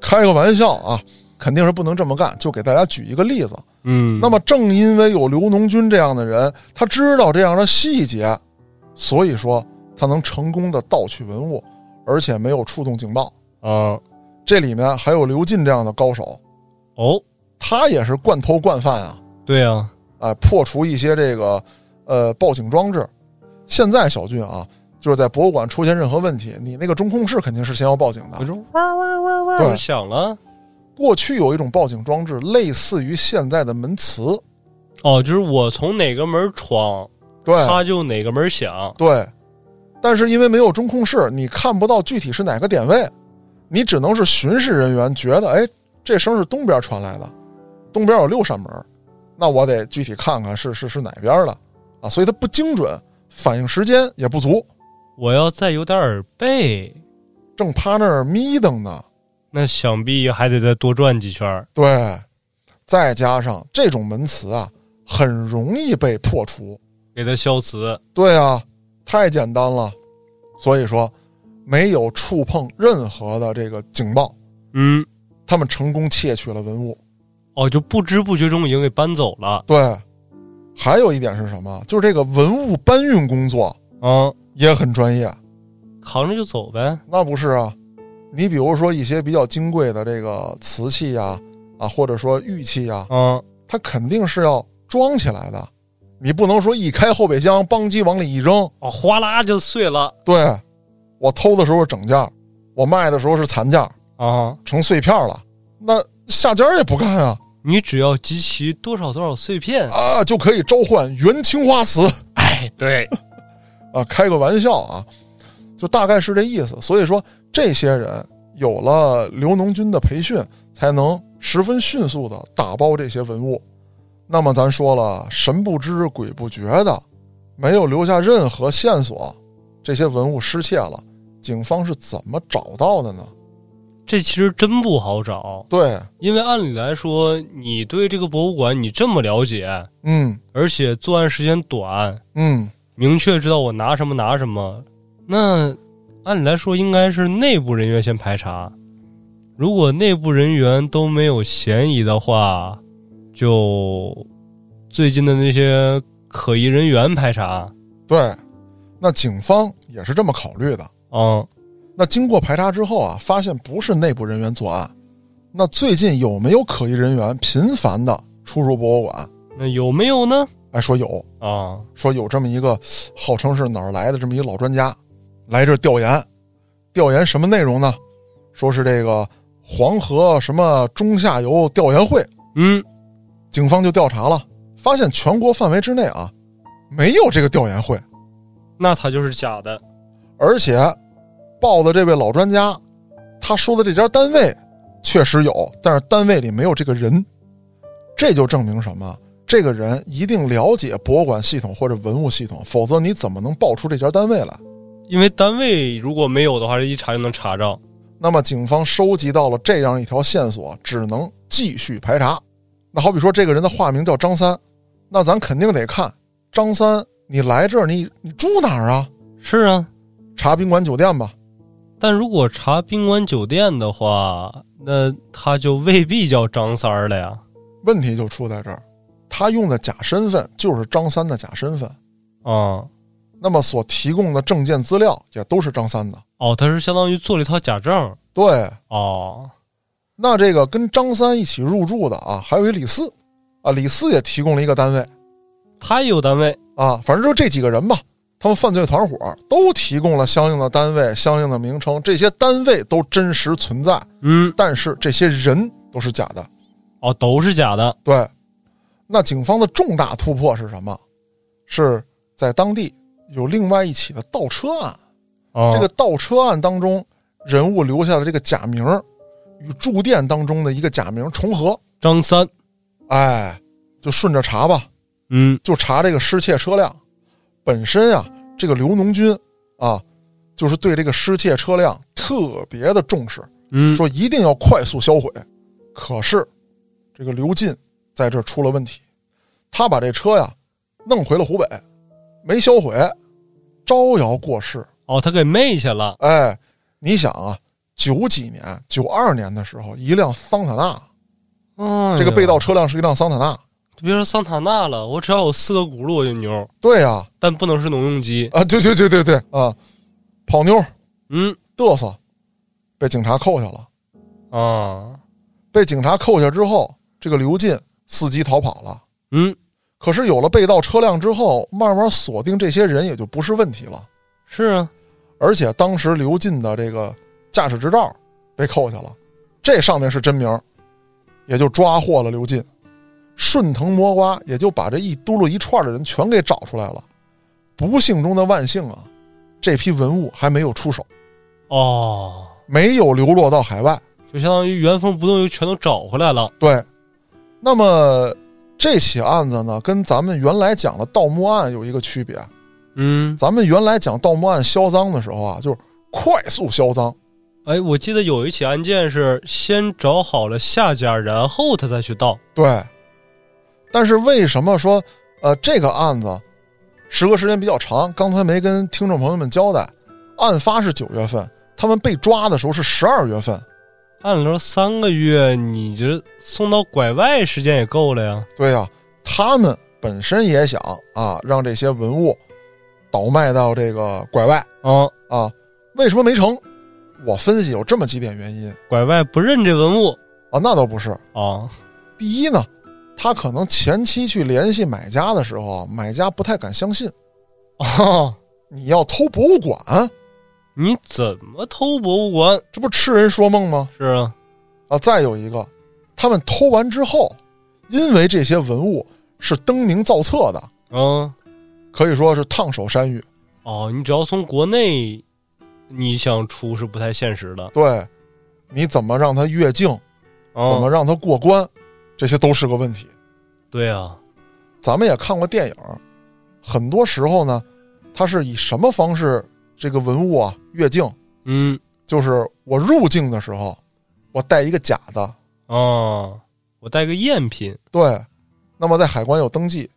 [SPEAKER 1] 开个玩笑啊，肯定是不能这么干，就给大家举一个例子。
[SPEAKER 2] [laughs] 嗯
[SPEAKER 1] 那么正因为有刘农军这样的人，他知道这样的细节，所以说他能成功的盗取文物，而且没有触动警报。
[SPEAKER 2] 啊
[SPEAKER 1] 这里面还有刘进这样的高手，
[SPEAKER 2] 哦，
[SPEAKER 1] 他也是惯偷惯犯啊，
[SPEAKER 2] 对啊，
[SPEAKER 1] 哎，破除一些这个呃报警装置。现在小俊啊，就是在博物馆出现任何问题，你那个中控室肯定是先要报警
[SPEAKER 2] 我
[SPEAKER 1] 的。
[SPEAKER 2] 就哇哇哇哇，
[SPEAKER 1] 对
[SPEAKER 2] 我响了。
[SPEAKER 1] 过去有一种报警装置，类似于现在的门磁，
[SPEAKER 2] 哦，就是我从哪个门闯，
[SPEAKER 1] 对
[SPEAKER 2] 它就哪个门响。
[SPEAKER 1] 对，但是因为没有中控室，你看不到具体是哪个点位，你只能是巡视人员觉得，哎，这声是东边传来的，东边有六扇门，那我得具体看看是是是哪边的啊，所以它不精准，反应时间也不足，
[SPEAKER 2] 我要再有点耳背，
[SPEAKER 1] 正趴那儿眯瞪呢。
[SPEAKER 2] 那想必还得再多转几圈儿。
[SPEAKER 1] 对，再加上这种门磁啊，很容易被破除，
[SPEAKER 2] 给它消磁，
[SPEAKER 1] 对啊，太简单了。所以说，没有触碰任何的这个警报，
[SPEAKER 2] 嗯，
[SPEAKER 1] 他们成功窃取了文物。
[SPEAKER 2] 哦，就不知不觉中已经给搬走了，
[SPEAKER 1] 对，还有一点是什么？就是这个文物搬运工作
[SPEAKER 2] 嗯，
[SPEAKER 1] 也很专业。
[SPEAKER 2] 扛着就走呗，
[SPEAKER 1] 那不是啊，你比如说一些比较金贵的这个瓷器呀、啊，或者说玉器呀、
[SPEAKER 2] 嗯，
[SPEAKER 1] 它肯定是要装起来的。你不能说一开后备箱，邦叽往里一扔。
[SPEAKER 2] 哦，哗啦就碎了，
[SPEAKER 1] 对，我偷的时候是整件儿，我卖的时候是残件儿，
[SPEAKER 2] 啊，
[SPEAKER 1] 成碎片了，那下家也不干啊
[SPEAKER 2] 你只要集齐多少多少碎片，
[SPEAKER 1] 啊，就可以召唤原青花瓷
[SPEAKER 2] 哎，对，
[SPEAKER 1] 啊，开个玩笑啊，就大概是这意思。所以说，这些人有了刘农军的培训，才能十分迅速的打包这些文物。那么咱说了，神不知鬼不觉的，没有留下任何线索，这些文物失窃了，警方是怎么找到的呢？
[SPEAKER 2] 这其实真不好找，
[SPEAKER 1] 对，
[SPEAKER 2] 因为按理来说，你对这个博物馆你这么了解，
[SPEAKER 1] 嗯
[SPEAKER 2] 而且作案时间短，
[SPEAKER 1] 嗯，
[SPEAKER 2] 明确知道我拿什么拿什么，那按理来说应该是内部人员先排查，如果内部人员都没有嫌疑的话，就最近的那些可疑人员排查，
[SPEAKER 1] 对。那警方也是这么考虑的。
[SPEAKER 2] 嗯，
[SPEAKER 1] 那经过排查之后啊，发现不是内部人员作案。那最近有没有可疑人员频繁的出入博物馆？
[SPEAKER 2] 那有没有呢？
[SPEAKER 1] 哎，说有，
[SPEAKER 2] 啊，
[SPEAKER 1] 说有这么一个号称是哪儿来的这么一个老专家，来这儿调研。调研什么内容呢？说是这个黄河什么中下游调研会，
[SPEAKER 2] 嗯，
[SPEAKER 1] 警方就调查了，发现全国范围之内啊，没有这个调研会，
[SPEAKER 2] 那他就是假的。
[SPEAKER 1] 而且报的这位老专家，他说的这家单位确实有，但是单位里没有这个人，这就证明什么？这个人一定了解博物馆系统或者文物系统，否则你怎么能报出这家单位来？
[SPEAKER 2] 因为单位如果没有的话，一查就能查着。
[SPEAKER 1] 那么警方收集到了这样一条线索，只能继续排查。那好比说这个人的化名叫张三，那咱肯定得看张三，你来这儿你你住哪儿啊？
[SPEAKER 2] 是啊，
[SPEAKER 1] 查宾馆酒店吧。
[SPEAKER 2] 但如果查宾馆酒店的话，那他就未必叫张三儿了呀。
[SPEAKER 1] 问题就出在这儿，他用的假身份就是张三的假身份，
[SPEAKER 2] 啊、
[SPEAKER 1] 那么所提供的证件资料也都是张三的。
[SPEAKER 2] 哦，他是相当于做了一套假证。
[SPEAKER 1] 对，
[SPEAKER 2] 哦，
[SPEAKER 1] 那这个跟张三一起入住的啊，还有一李四，啊，李四也提供了一个单位
[SPEAKER 2] 他也有单位。
[SPEAKER 1] 啊，反正就这几个人吧，他们犯罪团伙都提供了相应的单位、相应的名称，这些单位都真实存在，
[SPEAKER 2] 嗯，
[SPEAKER 1] 但是这些人都是假的。
[SPEAKER 2] 哦，都是假的，
[SPEAKER 1] 对，那警方的重大突破是什么？是在当地有另外一起的盗车案。
[SPEAKER 2] 哦、
[SPEAKER 1] 这个盗车案当中，人物留下的这个假名儿与住店当中的一个假名重合，
[SPEAKER 2] 张三，
[SPEAKER 1] 哎，就顺着查吧，
[SPEAKER 2] 嗯，
[SPEAKER 1] 就查这个失窃车辆本身啊。这个刘农军啊，就是对这个失窃车辆特别的重视，
[SPEAKER 2] 嗯，
[SPEAKER 1] 说一定要快速销毁。可是这个刘进在这儿出了问题，他把这车呀弄回了湖北，没销毁，招摇过市。
[SPEAKER 2] 哦，他给昧下了，
[SPEAKER 1] 哎，你想啊，九几年、九二年的时候，一辆桑塔纳，
[SPEAKER 2] 嗯、
[SPEAKER 1] 这个被盗车辆是一辆桑塔纳。
[SPEAKER 2] 别说桑塔纳了，我只要有四个轱辘我就牛，
[SPEAKER 1] 对呀、啊，
[SPEAKER 2] 但不能是农用机，
[SPEAKER 1] 啊，对对对对对啊，跑妞
[SPEAKER 2] 嗯
[SPEAKER 1] 嘚瑟，被警察扣下了。
[SPEAKER 2] 啊，
[SPEAKER 1] 被警察扣下之后，这个刘进伺机逃跑了。
[SPEAKER 2] 嗯，
[SPEAKER 1] 可是有了被盗车辆之后，慢慢锁定这些人也就不是问题了。
[SPEAKER 2] 是啊，
[SPEAKER 1] 而且当时刘进的这个驾驶执照被扣下了，这上面是真名，也就抓获了刘进。顺藤摸瓜，也就把这一嘟噜一串的人全给找出来了。不幸中的万幸啊，这批文物还没有出手，
[SPEAKER 2] 哦，
[SPEAKER 1] 没有流落到海外。
[SPEAKER 2] 就相当于原封不动又全都找回来了，
[SPEAKER 1] 对，那么这起案子呢，跟咱们原来讲的盗墓案有一个区别。
[SPEAKER 2] 嗯，
[SPEAKER 1] 咱们原来讲盗墓案销赃的时候啊，就是快速销赃。
[SPEAKER 2] 哎，我记得有一起案件是先找好了下家，然后他再去盗，
[SPEAKER 1] 对，但是为什么说呃这个案子时隔时间比较长？刚才没跟听众朋友们交代，案发是九月份，他们被抓的时候是十二月份。
[SPEAKER 2] 按理说三个月你这送到拐外时间也够了呀，
[SPEAKER 1] 对呀、他们本身也想啊让这些文物倒卖到这个拐外。
[SPEAKER 2] 啊，
[SPEAKER 1] 啊，为什么没成？我分析有这么几点原因
[SPEAKER 2] 拐外不认这文物
[SPEAKER 1] 啊，那倒不是。
[SPEAKER 2] 啊， [laughs]
[SPEAKER 1] 第一呢，他可能前期去联系买家的时候，买家不太敢相信，
[SPEAKER 2] 哦，
[SPEAKER 1] 你要偷博物馆，
[SPEAKER 2] 你怎么偷博物馆？
[SPEAKER 1] 这不痴人说梦吗？
[SPEAKER 2] 是啊，
[SPEAKER 1] 啊，再有一个，他们偷完之后，因为这些文物是登名造册的，
[SPEAKER 2] 嗯。
[SPEAKER 1] 可以说是烫手山芋。
[SPEAKER 2] 哦，你只要从国内，你想出是不太现实的。
[SPEAKER 1] 对，你怎么让他越境，
[SPEAKER 2] 啊、
[SPEAKER 1] 怎么让他过关，这些都是个问题。
[SPEAKER 2] 对啊，
[SPEAKER 1] 咱们也看过电影，很多时候呢，它是以什么方式这个文物啊越境？
[SPEAKER 2] 嗯
[SPEAKER 1] 就是我入境的时候，我带一个假的，
[SPEAKER 2] 哦，我带个赝品
[SPEAKER 1] 对，那么在海关有登记。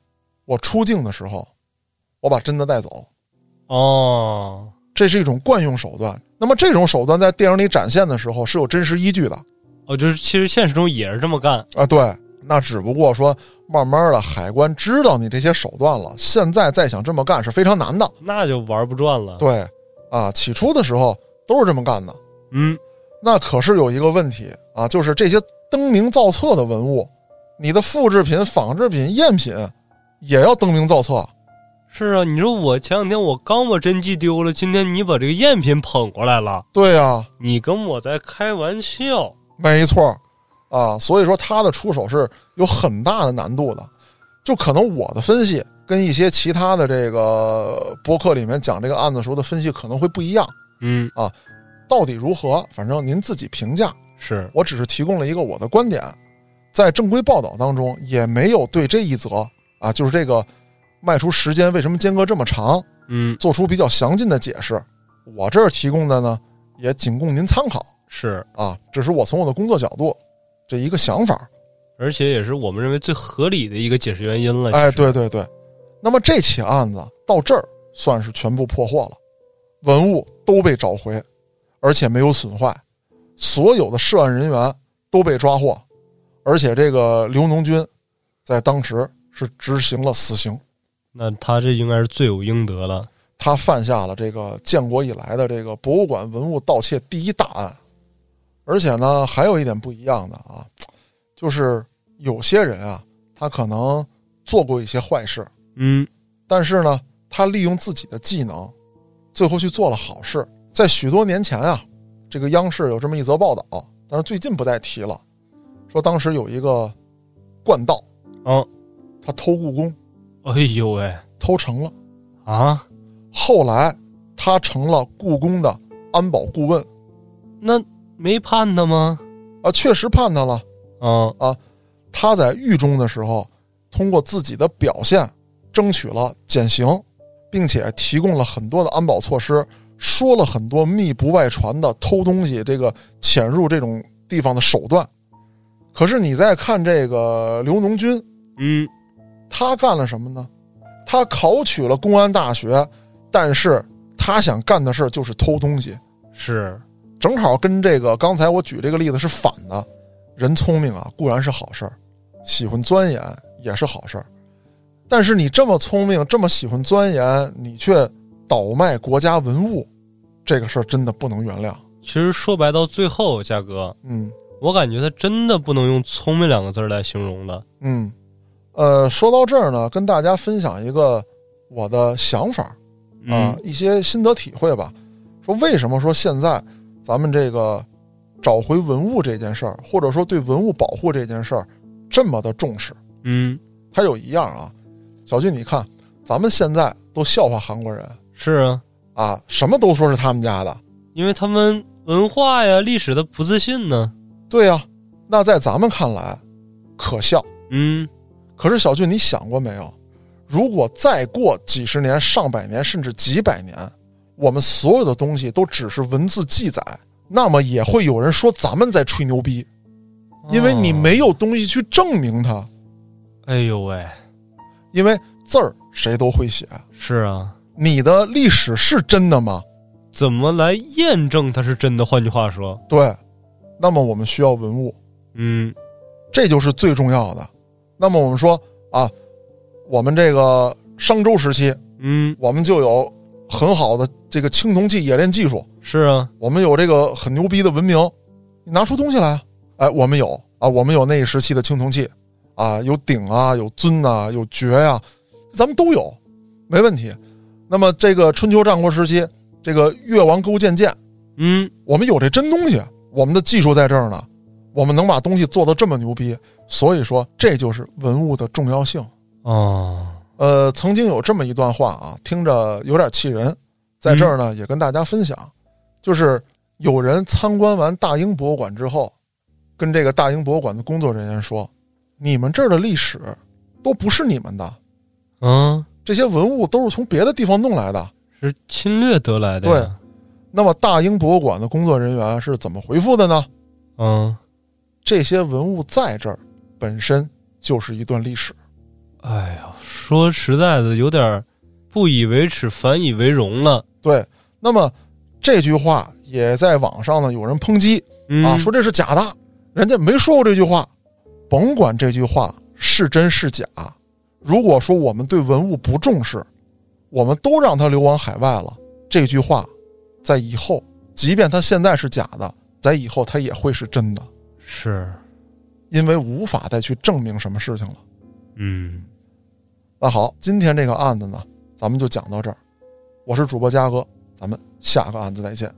[SPEAKER 1] 我出境的时候，我把真的带走，
[SPEAKER 2] 哦，
[SPEAKER 1] 这是一种惯用手段。那么这种手段在电影里展现的时候是有真实依据的
[SPEAKER 2] 哦，就是其实现实中也是这么干。
[SPEAKER 1] 啊，对。那只不过说，慢慢的海关知道你这些手段了，现在再想这么干是非常难的。
[SPEAKER 2] 那就玩不转了。
[SPEAKER 1] 对，啊，起初的时候都是这么干的。
[SPEAKER 2] 嗯，
[SPEAKER 1] 那可是有一个问题啊，就是这些登名造册的文物，你的复制品、仿制品、赝品也要登名造册。
[SPEAKER 2] 是啊，你说我前两天我刚把真迹丢了，今天你把这个赝品捧过来了，
[SPEAKER 1] 对呀，
[SPEAKER 2] 你跟我在开玩笑？
[SPEAKER 1] 没错儿啊，所以说他的出手是有很大的难度的。就可能我的分析跟一些其他的这个博客里面讲这个案子时候的分析可能会不一样，
[SPEAKER 2] 嗯，
[SPEAKER 1] 到底如何，反正您自己评价。
[SPEAKER 2] 是
[SPEAKER 1] 我只是提供了一个我的观点，在正规报道当中也没有对这一则啊，就是这个卖出时间为什么间隔这么长，
[SPEAKER 2] 嗯
[SPEAKER 1] 做出比较详尽的解释。我这儿提供的呢，也仅供您参考
[SPEAKER 2] 是，
[SPEAKER 1] 啊，只是我从我的工作角度这一个想法。
[SPEAKER 2] 而且也是我们认为最合理的一个解释原因了。
[SPEAKER 1] 哎，对对对。那么这起案子到这儿算是全部破获了，文物都被找回，而且没有损坏，所有的涉案人员都被抓获，而且这个刘农军在当时是执行了死刑，
[SPEAKER 2] 那他这应该是罪有应得了。
[SPEAKER 1] 他犯下了这个建国以来的这个博物馆文物盗窃第一大案。而且呢，还有一点不一样的啊，就是有些人啊，他可能做过一些坏事，
[SPEAKER 2] 嗯，
[SPEAKER 1] 但是呢，他利用自己的技能，最后去做了好事。在许多年前啊，这个央视有这么一则报道，但是最近不再提了，说当时有一个惯盗，
[SPEAKER 2] 嗯，
[SPEAKER 1] 他偷故宫
[SPEAKER 2] 哎呦喂
[SPEAKER 1] 偷成了，
[SPEAKER 2] 啊，
[SPEAKER 1] 后来他成了故宫的安保顾问
[SPEAKER 2] 那没判他吗？
[SPEAKER 1] 啊，确实判他了。
[SPEAKER 2] 嗯
[SPEAKER 1] 他在狱中的时候，通过自己的表现争取了减刑，并且提供了很多的安保措施，说了很多密不外传的偷东西、这个潜入这种地方的手段。可是你再看这个刘农军，
[SPEAKER 2] 嗯，
[SPEAKER 1] 他干了什么呢？他考取了公安大学，但是他想干的事儿就是偷东西，
[SPEAKER 2] 是，
[SPEAKER 1] 正好跟这个刚才我举这个例子是反的。人聪明啊，固然是好事儿，喜欢钻研也是好事儿，但是你这么聪明，这么喜欢钻研，你却倒卖国家文物，这个事儿真的不能原谅。
[SPEAKER 2] 其实说白到最后，嘉哥，
[SPEAKER 1] 嗯
[SPEAKER 2] 我感觉他真的不能用聪明两个字儿来形容的。
[SPEAKER 1] 嗯，呃，说到这儿呢，跟大家分享一个我的想法。啊
[SPEAKER 2] 嗯，
[SPEAKER 1] 一些心得体会吧。说为什么说现在咱们这个找回文物这件事儿，或者说对文物保护这件事儿这么的重视？
[SPEAKER 2] 嗯，
[SPEAKER 1] 它有一样啊，小俊，你看咱们现在都笑话韩国人
[SPEAKER 2] 是啊，
[SPEAKER 1] 啊，什么都说是他们家的，
[SPEAKER 2] 因为他们文化呀、历史的不自信呢。
[SPEAKER 1] 对呀、那在咱们看来可笑。
[SPEAKER 2] 嗯，
[SPEAKER 1] 可是小俊，你想过没有？如果再过几十年、上百年，甚至几百年，我们所有的东西都只是文字记载，那么也会有人说咱们在吹牛逼，因为你
[SPEAKER 2] 哦。
[SPEAKER 1] 没有东西去证明它。
[SPEAKER 2] 哎呦喂，
[SPEAKER 1] 因为字儿谁都会写，
[SPEAKER 2] 是啊，
[SPEAKER 1] 你的历史是真的吗？
[SPEAKER 2] 怎么来验证它是真的？换句话说，
[SPEAKER 1] 对，那么我们需要文物，
[SPEAKER 2] 嗯，
[SPEAKER 1] 这就是最重要的。那么我们说啊，我们这个商周时期，
[SPEAKER 2] 嗯，
[SPEAKER 1] 我们就有很好的这个青铜器冶炼技术。
[SPEAKER 2] 是啊，
[SPEAKER 1] 我们有这个很牛逼的文明，你拿出东西来啊！哎，我们有啊，我们有那一时期的青铜器啊，有鼎啊，有尊呐、有爵呀、咱们都有，没问题。那么这个春秋战国时期，这个越王勾践剑，
[SPEAKER 2] 嗯，
[SPEAKER 1] 我们有这真东西，我们的技术在这儿呢，我们能把东西做得这么牛逼，所以说这就是文物的重要性。
[SPEAKER 2] 哦，
[SPEAKER 1] 呃，曾经有这么一段话啊，听着有点气人，在这儿呢、也跟大家分享，就是有人参观完大英博物馆之后，跟这个大英博物馆的工作人员说：“你们这儿的历史都不是你们的，
[SPEAKER 2] 嗯，
[SPEAKER 1] 这些文物都是从别的地方弄来的。
[SPEAKER 2] 是侵略得来的呀。”
[SPEAKER 1] 那么大英博物馆的工作人员是怎么回复的呢？
[SPEAKER 2] 嗯，
[SPEAKER 1] 这些文物在这儿本身就是一段历史。
[SPEAKER 2] 哎呀，说实在的，有点儿不以为耻，反以为荣了。
[SPEAKER 1] 对，那么这句话也在网上呢有人抨击，
[SPEAKER 2] 嗯，
[SPEAKER 1] 啊，说这是假的，人家没说过这句话，甭管这句话是真是假。如果说我们对文物不重视，我们都让它流亡海外了，这句话在以后，即便它现在是假的，在以后它也会是真的，
[SPEAKER 2] 是，
[SPEAKER 1] 因为无法再去证明什么事情了。
[SPEAKER 2] 嗯，
[SPEAKER 1] 那好，今天这个案子呢，咱们就讲到这儿。我是主播嘉哥，咱们下个案子再见。